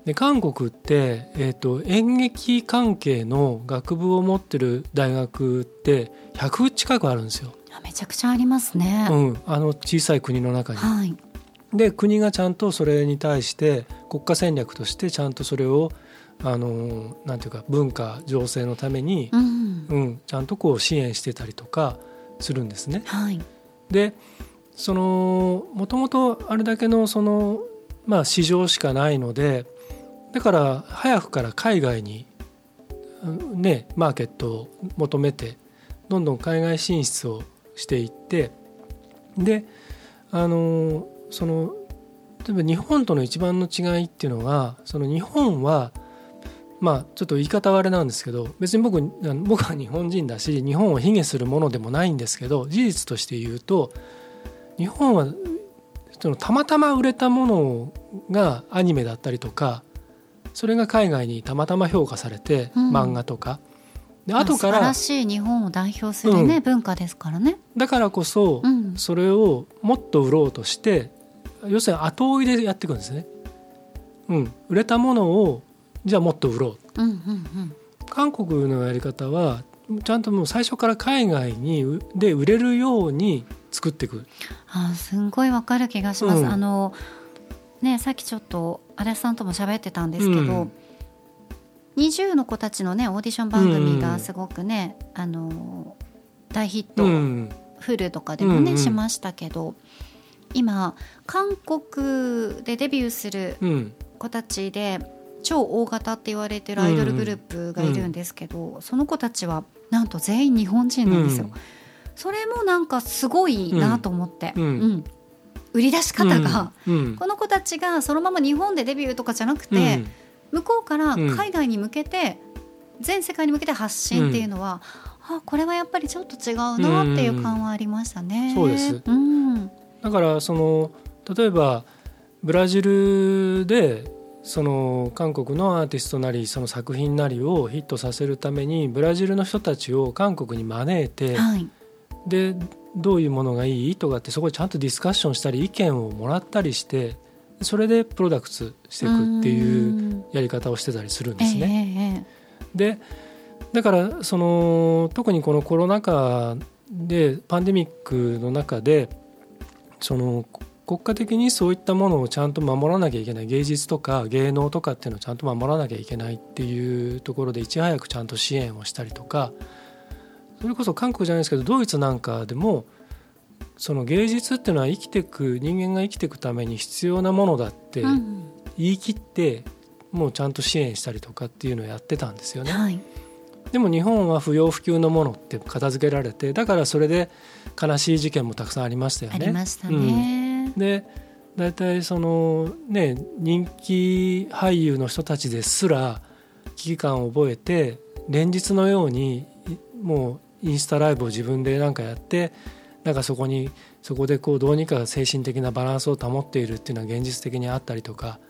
B: で韓国って、えー、と演劇関係の学部を持ってる大学って100近くあるんですよ、
A: あめちゃくちゃありますね、
B: うん、あの小さい国の中に。
A: はい
B: で国がちゃんとそれに対して国家戦略としてちゃんとそれをあのなんていうか文化情勢のために、
A: うん
B: うん、ちゃんとこう支援してたりとかするんですね。
A: はい
B: でそのもともとあれだけのその、まあ、市場しかないのでだから早くから海外に、うんね、マーケットを求めてどんどん海外進出をしていってであのその例えば日本との一番の違いっていうのがその日本はまあちょっと言い方はあれなんですけど別に僕あの僕は日本人だし日本を卑下するものでもないんですけど事実として言うと日本はそのたまたま売れたものがアニメだったりとかそれが海外にたまたま評価されて、
A: うん
B: 漫画とかで
A: まあ
B: 後から
A: 素晴らしい日本を代表するね、
B: う
A: 文化ですからね。
B: だからこそ、
A: うん、
B: それをもっと売ろうとして要するに後追いでやっていくんですね。うん、売れたものをじゃあもっと売ろう
A: うん、うん、
B: 韓国のやり方はちゃんともう最初から海外にうで売れるように作っていく
A: あー、すんごいわかる気がします。
B: うん
A: あの。ね、さっきちょっと、荒井さんとも喋ってたんですけど。
B: うん
A: 20の子たちのねオーディション番組
B: う
A: が
B: ん
A: すごくね、あの大ヒッ
B: と、
A: ト、
B: うん
A: フルとかでもね、
B: うんうん
A: しましたけど今韓国でデビューする
B: うん、
A: 子たちで超大型って言われてるアイドルグループがいるんですけど、その子たちはなんと全員日本人なんですよ、
B: うん
A: それもなんかすごいなと思って、
B: うん
A: うん売り出し方が、
B: うん
A: この子たちがそのまま日本でデビューとかじゃなくて、向こうから海外に向けて、全世界に向けて発信っていうのは、あこれはやっぱりちょっと違うなっていう感はありましたね。
B: うんうんそうです
A: うん
B: だからその例えばブラジルでその韓国のアーティストなりその作品なりをヒットさせるためにブラジルの人たちを韓国に招いて
A: はい
B: でどういうものがいいとかってそこでちゃんとディスカッションしたり意見をもらったりしてそれでプロダクツしていくっていう
A: うん
B: やり方をしてたりするんですね。
A: ええええ
B: でだからその特にこのコロナ禍でパンデミックの中でそのこ国家的にそういったものをちゃんと守らなきゃいけない芸術とか芸能とかっていうのをちゃんと守らなきゃいけないっていうところでいち早くちゃんと支援をしたりとかそれこそ韓国じゃないですけどドイツなんかでもその芸術っていうのは生きてく人間が生きていくために必要なものだって
A: うん
B: 言い切ってもうちゃんと支援したりとかっていうのをやってたんですよね。
A: はい
B: でも日本は不要不急のものって片付けられてだからそれで悲しい事件もたくさんありましたよ
A: あ
B: ね。
A: りましたね。
B: うんで大体そのね人気俳優の人たちですら危機感を覚えて連日のようにいもうインスタライブを自分でなんかやってなんかそこにそこでこうどうにか精神的なバランスを保っているっていうのは現実的にあったりとか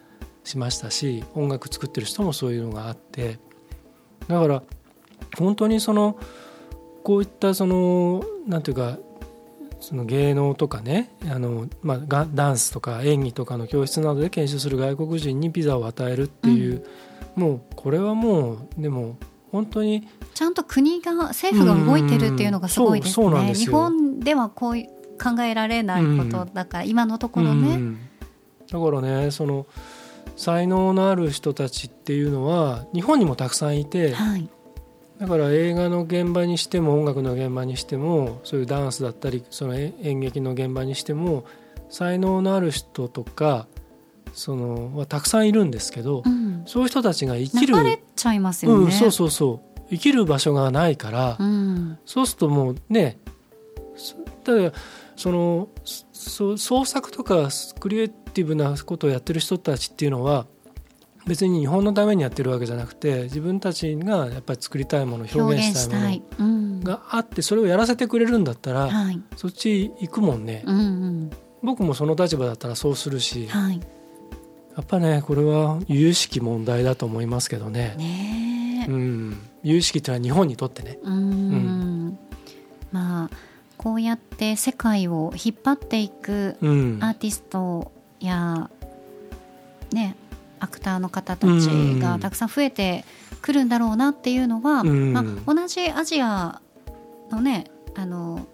B: しましたし音楽作ってる人もそういうのがあってだから本当にそのこういったそのなんていうかその芸能とかねあの、まあが、ダンスとか演技とかの教室などで研修する外国人にビザを与えるっていう、もうこれはもうでも本当に
A: ちゃんと国が政府が動いてるっていうのがすごいです
B: うんそうそうなん
A: ね。
B: です
A: 日
B: よ
A: 本ではこういう考えられないことだから、今のところ
B: う
A: ね。
B: んだからねその才能のある人たちっていうのは日本にもたくさんいて
A: はい
B: だから映画の現場にしても音楽の現場にしてもそういうダンスだったりそのえ演劇の現場にしても才能のある人とかそのはたくさんいるんですけど、
A: うん
B: そういう人たちが生きる
A: 流れちゃいますよね。
B: うん、そうそうそう生きる場所がないから、
A: うん
B: そうするともうねそだからそのそ創作とかクリエイティブなことをやってる人たちっていうのは別に日本のためにやってるわけじゃなくて自分たちがやっぱり作りたいもの表
A: 表
B: 現
A: 現
B: し
A: した
B: い
A: た
B: も
A: い。うん
B: のがあってそれをやらせてくれるんだったら、
A: はい。
B: そっち行くもんね、
A: うんうん
B: 僕もその立場だったらそうするしや
A: はい。
B: っぱねこれは由々しき問題だと思いますけどね。
A: ねえ。
B: うん、由々しきっていうのは日本にとってね。
A: うん。まあこうやって世界を引っ張っていく
B: うん、
A: アーティストやねアクターの方たちがたくさん増えてくるんだろうなっていうのは、
B: うん
A: まあ、同じアジアのねあの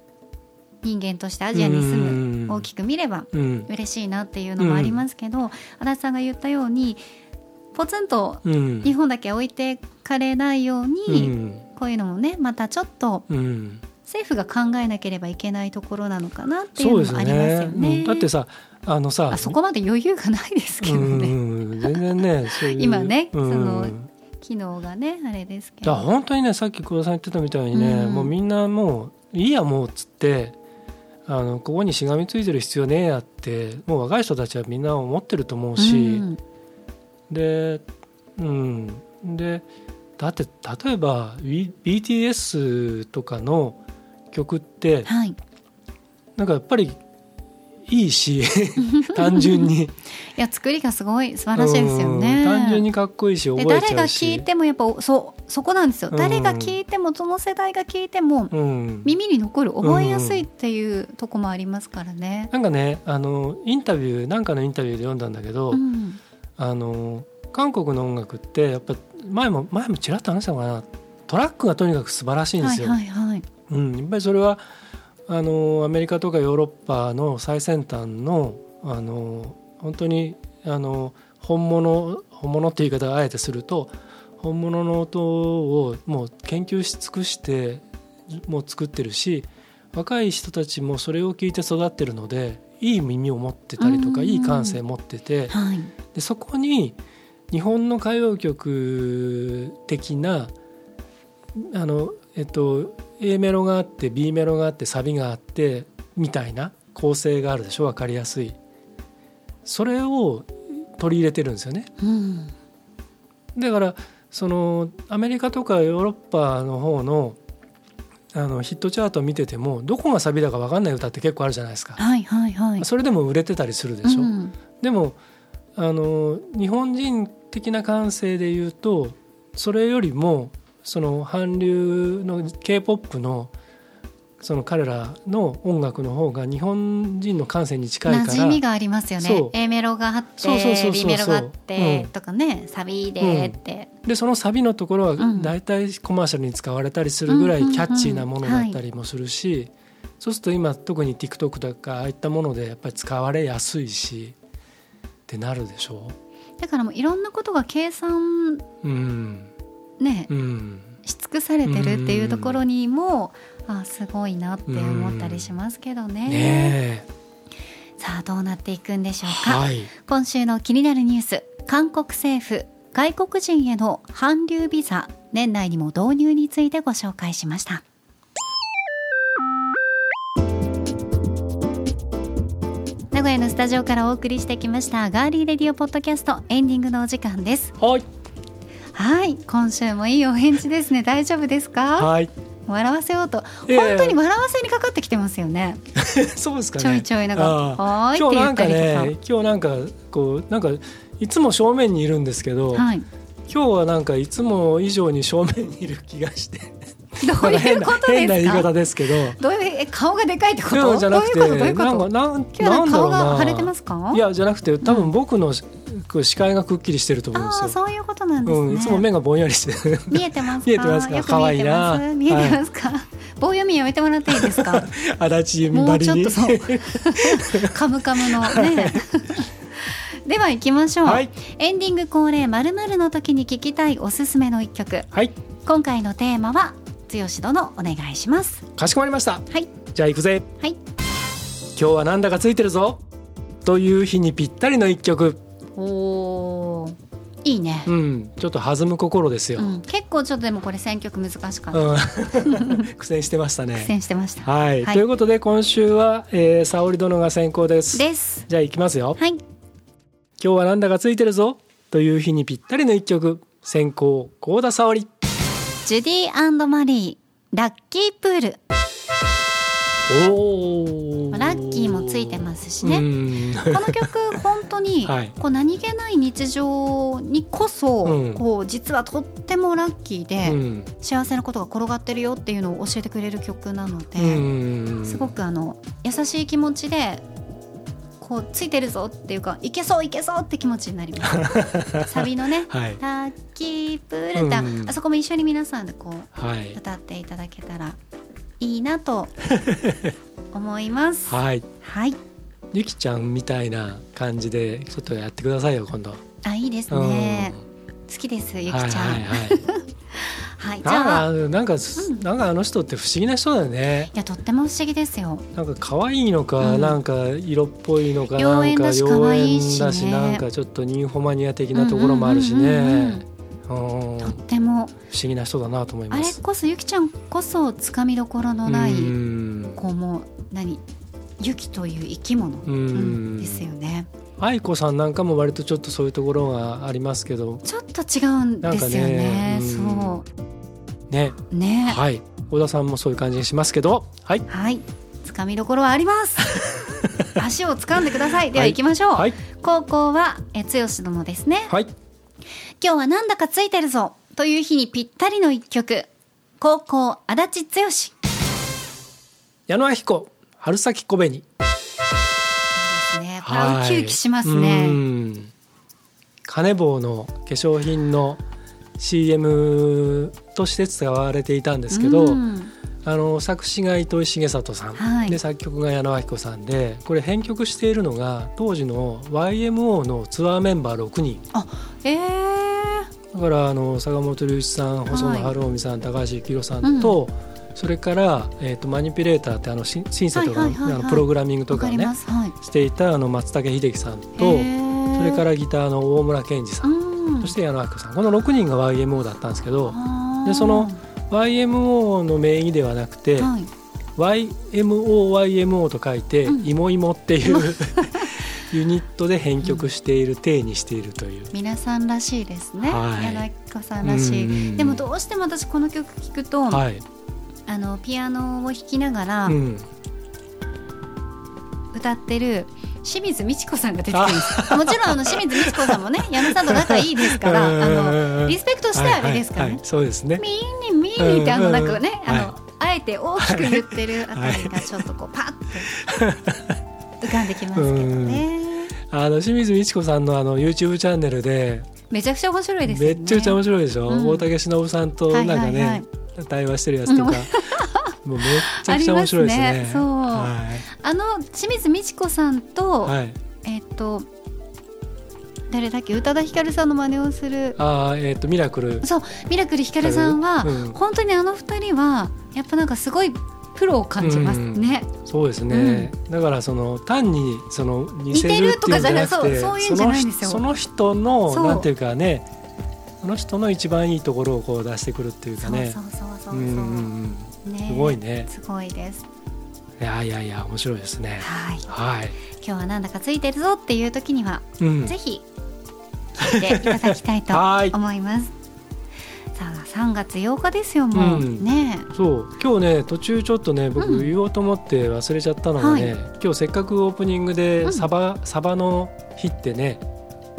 A: 人間としてアジアに住む
B: む
A: 大きく見れば
B: うん
A: 嬉しいなっていうのもありますけど、足立さんが言ったようにポツンと
B: うん
A: 日本だけ置いてかれないよう
B: う
A: に、
B: ん
A: こういうのもねまたちょっと
B: うん
A: 政府が考えなければいけないところなのかなってい
B: そう
A: う
B: で
A: の
B: す
A: も
B: よ
A: ありますよ
B: ね
A: ね。
B: うんだってさあのさ
A: あそこまで余裕がないですけどね、
B: うんうん全然ねそういう
A: [laughs] 今ね
B: うん
A: その機能がねあれですけ
B: だから
A: ど。
B: 本当にねさっき久保さん言ってたみたいにね、
A: うん
B: もうみんなもういいやもうっつってあのここにしがみついてる必要ねえやってもう若い人たちはみんな思ってると思うし、
A: うん
B: でうんでだって例えば B- BTS とかの曲って
A: はい、い
B: なんかやっぱりいい
A: [laughs]
B: し単純に
A: や作りがすごい素晴らしいですよね。
B: うん単純にかっこいいし
A: で
B: 覚えちゃうし
A: 誰が聞いてもやっぱそうそこなんですよ、
B: うん
A: 誰が聞いてもその世代が聞いても
B: うん、
A: 耳に残る覚えやすいっていうとこもありますからね。
B: なんかねあのインタビューなんかのインタビューで読んだんだけど、
A: うん
B: あの韓国の音楽ってやっぱ前も前もちらっと話したのかなトラックがとにかく素晴らしいんで
A: は
B: す
A: い
B: よ。
A: はいはい。
B: うん、やっぱりそれはあのアメリカとかヨーロッパの最先端のあの本当にあの本物本物っていう言い方をあえてすると本物の音をもう研究し尽くしてもう作ってるし若い人たちもそれを聞いて育ってるのでいい耳を持ってたりとか
A: うんうんうん
B: いい感性持ってて
A: はい
B: でそこに日本の歌謡曲的なあの、えっと、A メロがあって B メロがあってサビがあってみたいな構成があるでしょ分かりやすいそれを取り入れてるんですよね
A: うん
B: だからそのアメリカとかヨーロッパの方のあのヒットチャートを見ててもどこがサビだか分かんない歌って結構あるじゃないですか、
A: はいはいはい。
B: それでも売れてたりするでしょ、
A: うん
B: でもあの日本人的な感性で言うとそれよりもその韓流の k p o p のその彼らの音楽の方が日本人の感性に近いから
A: 馴染みがありますよ
B: そ
A: ね
B: う。
A: A メロがあって
B: そうそうそうそうそう
A: B メロがあって、
B: うん
A: とかねサビでって、
B: でそのサビのところは
A: うん
B: 大体コマーシャルに使われたりするぐら
A: うん
B: い
A: うんうん
B: キャッチーなものだったりもするし、そうすると今特に TikTok とかああいったものでやっぱり使われやすいしってなるでしょ
A: だからもういろんなことが計算
B: う。うん
A: ね、
B: うん
A: し尽くされてるっていうところにも、あすごいなって思ったりしますけどね。
B: ねえ
A: さあどうなっていくんでしょうか。
B: はい
A: 今週の気になるニュース韓国政府外国人への韓流ビザ年内にも導入についてご紹介しました名古屋のスタジオからお送りしてきましたガーリーレディオポッドキャストエンディングのお時間です
B: はい
A: はい今週もいいお返事ですね大丈夫ですか
B: はい
A: 笑わせようと
B: いやい
A: 本
B: や
A: 当に笑わせにかかってきてますよね
B: [laughs] そうですかね。
A: ちょいちょいなんか
B: あ
A: はーい
B: 今日なんか
A: って言ったり
B: ね、今日なんかこうなんかいつも正面にいるんですけど、
A: はい。
B: 今日はなんかいつも以上に正面にいる気がして、
A: どう
B: なんか
A: いう
B: 変
A: こ
B: な
A: と
B: 変な
A: で
B: 言
A: す
B: い
A: か
B: 方ですけど、
A: どういうえ顔がでかいってこと？どうい
B: 今日じゃ
A: う
B: な
A: こ
B: く
A: と
B: て
A: どういうこ
B: なんか
A: と？
B: なん
A: 今日
B: な
A: なん
B: ん
A: か
B: だ
A: 顔
B: ろうな。
A: が腫れてますか？
B: いやじゃなくて多分僕のこう視界がくっきりしてると思うんです
A: ああ
B: よ。
A: そういうことなんですね。
B: うん、いつも目がぼんやりしてる [laughs]
A: 見えてますか？
B: 見えてますか
A: よく
B: 可愛い
A: 見えてます
B: な
A: 見えてますか？棒読みやめてもらっていいです
B: [laughs]
A: か？
B: 足立由美
A: も
B: ば
A: う
B: り
A: ちょっ
B: に
A: とそうカムカムのね。では行きましょう、
B: [laughs] はい
A: エンディング恒例まるの時に聞きたいおすすめの一曲
B: はい
A: 今回のテーマは剛殿お願いします
B: かしこまりました
A: はい
B: じゃあ行くぜ
A: はい
B: 今日はなんだかついてるぞという日にぴったりの一曲
A: おーいいね、
B: うんちょっと弾む心ですよ、
A: うん、結構ちょっとでもこれ選曲難しかった、
B: うん、 [laughs] 苦戦してました
A: 苦
B: ね。
A: 戦してました、
B: はい、
A: はい
B: ということで今週は、えー、沙織殿が先行です。
A: です
B: じゃあ行きますよ。
A: はい
B: 今日はなんだかついてるぞという日にぴったりの一曲先行高田沙織。
A: ジュディーマリーラッキープール
B: おお。
A: ラッキーもついてますしね、
B: うん。
A: この曲本当に、
B: [laughs] はい
A: こう何気ない日常にこそ、
B: うん
A: こう実はとってもラッキーで、
B: うん
A: 幸せなことが転がってるよっていうのを教えてくれる曲なので、
B: うん。
A: すごくあの優しい気持ちでこうついてるぞっていうかいけそういけそうって気持ちになり
B: [laughs]
A: ます。サビのね
B: はい
A: ラッキープールだ、
B: うん
A: あそこも一緒に皆さんでこう
B: はい
A: 歌っていただけたらいいな
B: [laughs]
A: と思います。はい、
B: はい。ゆきちゃんみたいな感じでちょっとやってくださいよ今度。
A: あいいです
B: うん
A: ね。きですゆきちゃん
B: はいはいはい
A: はい、じ
B: なん
A: ゃ
B: か
A: あ、い
B: なんかす、なんかあの人って不思議な人だよね。
A: や、とっても不思議ですよ。
B: なんか可愛いのか、
A: うん
B: なんか色っぽいのか、な
A: 妖
B: ん
A: 艶
B: か
A: だし可愛いしね
B: 妖艶だしなんかちょっとニューホマニア的なところもあるし
A: うんうんうん
B: ね。うん
A: とっても、
B: 不思議な人だなと思い
A: あ
B: ま
A: れ
B: す。
A: こそ、ゆきちゃんこそ、つかみどころのない、
B: うん
A: こうもう、何。雪という生き物、
B: うん
A: うんですよね。
B: 愛子さんなんかも割とちょっとそういうところがありますけど、
A: ちょっと違うんですよね。
B: なんかねうん
A: そ
B: ね、
A: う、ね、はい、
B: はい、小田さんもそういう感じにしますけど、はい、
A: つかみどころはあり
B: [laughs]
A: ます。足を掴んでください。では、
B: はい
A: 行きましょう。
B: はい、
A: 高校は、え、剛殿ですね。
B: はい、
A: 今日はなんだかついてるぞという日にぴったりの一曲。高校足立剛。です
B: 矢野明子、春咲小紅。
A: ね。これは
B: は
A: ウ
B: い
A: キウキしますね。
B: うんカネボウの化粧品の CM として使われていたんですけど、
A: うん
B: あの作詞が糸井重里さん、
A: はい
B: で作曲が矢野明子さんでこれ編曲しているのが当時の YMO のツアーメンバー6人
A: えー、
B: だからあの坂本龍一さん細野晴臣さん、高橋幸宏さんと、それから、えー、とマニピュレーターってあのシンシンセとか
A: はいはいはいは
B: あ
A: い
B: のプログラミングと
A: わ
B: か
A: かり
B: ね
A: ます。はい。
B: していたあの松武秀樹さんと。そ
A: そ、
B: れかららギターの大村健二さん、
A: うん、
B: そして矢野明子さんこの6人が YMO だったんですけど
A: あー
B: でその YMO の名義ではなくて、
A: はい
B: YMOYMO と書いて
A: う
B: 「
A: ん
B: いもいも」っていう [laughs] ユニットで編曲している体にしているという。
A: 皆さんらしいですね。
B: はい
A: 柳子さんらしい。
B: い
A: でもどうしても私この曲聞くと、
B: はい、
A: あのピアノを弾きながら
B: うん、
A: 歌ってる清水美智子さんが出てくるんです。 [laughs] もちろんあの清水美智子さん
B: [laughs]
A: もね、矢野さんと仲いいですから、あの
B: の
A: リスペクトしてあれですからね。
B: そうですね。
A: ミーニミーニってあの
B: うん
A: なんかね、
B: うん
A: あの、あえて大きく言ってるあたりがちょっとこうパッと浮かんできますけどね。
B: あの清水美智子さんのあの YouTube チャンネルで
A: めちゃくちゃ面白いですよ
B: め
A: ね。
B: っちゃくちゃ面白いでしょ、
A: うん
B: 大竹しのぶさんとなんかね、
A: はいはい
B: 対話してるやつとか、もうめっちゃくちゃ面白いですね
A: ありますねそう
B: は
A: あの清水美智子さんと、
B: い、はい、
A: えっ、と誰だっけ宇多田ヒカルさんの真似をする
B: あーえっ、とミラクル
A: ミラクルヒカルさんは、
B: うん
A: 本当にあの二人はやっぱなんかすごいプロを感じますね。
B: そうですね、だからその単にその似せるっていうんじゃなく
A: 似てるとかじゃないそう
B: て
A: そういうんじゃないんですよ
B: その人その人の
A: そう
B: なんていうかねその人の一番いいところをこう出してくるっていうかね
A: そうそうそうそうそう、
B: うんうん
A: ね
B: うんすごいね
A: すごいです。
B: いやいやいや面白いですね
A: はい。
B: はい、
A: 今日はなんだかついてるぞっていう時には、
B: うん
A: ぜひ聞いていただきたいと
B: [laughs] はい
A: 思います。さあ3月8日ですよもう、
B: うん
A: ね
B: そう今日ね途中ちょっとね僕
A: うん
B: 言おうと思って忘れちゃったのがね、今日せっかくオープニング
A: うん
B: でサバ、サバの日ってね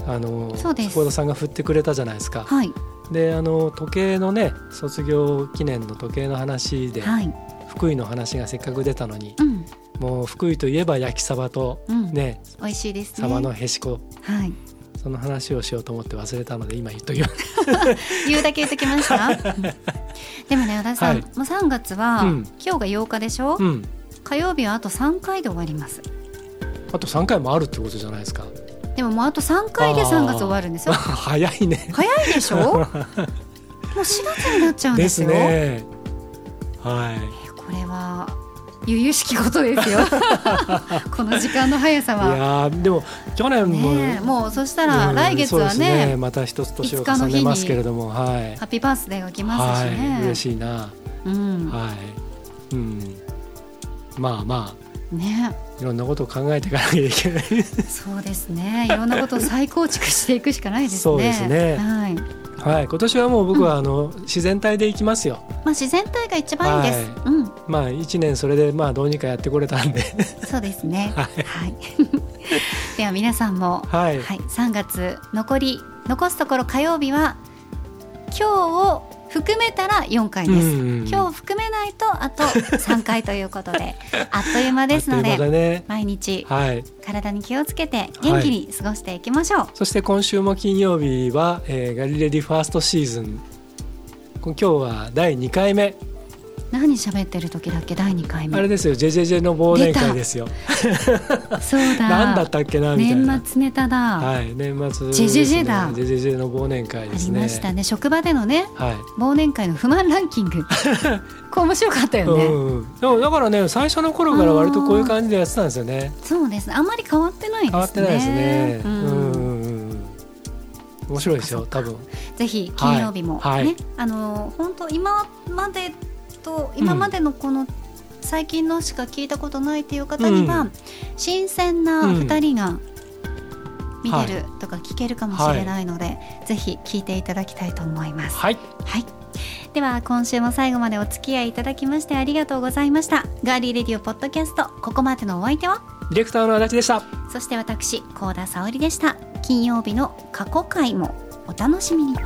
B: あの
A: そうです
B: 幸田さんが振ってくれたじゃないですか。
A: はい
B: であの時計のね卒業記念の時計の話で、
A: はい
B: 福井の話がせっかく出たのに
A: うん
B: もう福井といえば焼きサバと
A: うん、
B: ね
A: 美味しいですね。
B: サバのへしこ
A: はい
B: その話をしようと思って忘れたので今言っときます。
A: 言うだけ言っときました。うんでもね、小田さん、
B: はい
A: もう3月は、
B: うん
A: 今日が8日でしょ、
B: うん
A: 火曜日はあと3回で終わります。
B: あと3回もあるってことじゃないですか。
A: でももうあと3回で3月終わるんですよ。
B: [laughs] 早いね。
A: 早いでしょもう4月になっちゃうん
B: で
A: です
B: す
A: よ。
B: ね。はい。
A: えこれは、悠々しきことです
B: [laughs]
A: よ。この時間の速さ
B: い
A: は。
B: やーでも去年も、
A: ねえ、もうそした
B: う
A: ら
B: ん
A: 来月
B: そうで
A: は
B: す
A: ね、
B: また一つ年を重ねますけれどもはい
A: ハッピーバースデーが来ますしね。
B: はい嬉しいな、
A: うん、
B: はいうんまあまあ
A: ね。
B: いろんなことを考えていかなきゃい
A: [laughs]
B: けない
A: そうですね。いろんなことを再構築していくしかないですね。
B: そうですね
A: はい。ま
B: はい今年はもう僕はあの、自然体でいきますよ
A: あ自然体が一番いいです。
B: は
A: うん、
B: まあ一年それでまあどうにかやってこれたんで
A: そうですね。
B: [laughs] は
A: はい。 [laughs] では皆さんも、
B: はい、
A: はい、3月残り残すところ火曜日は今日を含めたら4回です。
B: うん
A: 今日を含めないとあと3回ということ
B: [laughs]
A: であっという間ですの
B: あっという間
A: で
B: だね
A: 毎日
B: はい
A: 体に気をつけて元気に過ごしていきましょう。
B: そして今週も金曜日は、えーガリレディファーストシーズンこ今日は第2回目
A: 何喋ってる時だっけ第2回目
B: あれですよ JJJ の忘年会ですよ
A: そうだ
B: 何だったっけなみたいな
A: 年末ネタだ、
B: はい年末
A: JJJ だ
B: JJJ の忘年会
A: あ
B: です
A: り
B: ね
A: ましたね職場でのね
B: はい
A: 忘年会の不満ランキン
B: [laughs]
A: グこれ面白かったよね、
B: うんうん、でもだからね最初の頃から割とこういう感じでやってたんですよね
A: そうですねあんまり変わってないですね
B: 変わってないですねう
A: うんん
B: うんうんうん面白いですよ多分
A: ぜひ金曜日も、
B: はいは
A: ね
B: い
A: あの本当今までと今までのこの、最近のしか聞いたことないっていう方には、
B: う
A: 新鮮な
B: うん
A: 2人が見
B: は
A: れ
B: い
A: るとか聞けるかもしれないので、ぜひ聞いていただきたいと思います。
B: はい
A: はい。では今週も最後までお付き合いいただきましてありがとうございました。ガーリーレディオポッドキャストここまでのお相手は
B: ディレクターの足立でした
A: そして私高田沙織でした。金曜日の過去回もお楽しみに。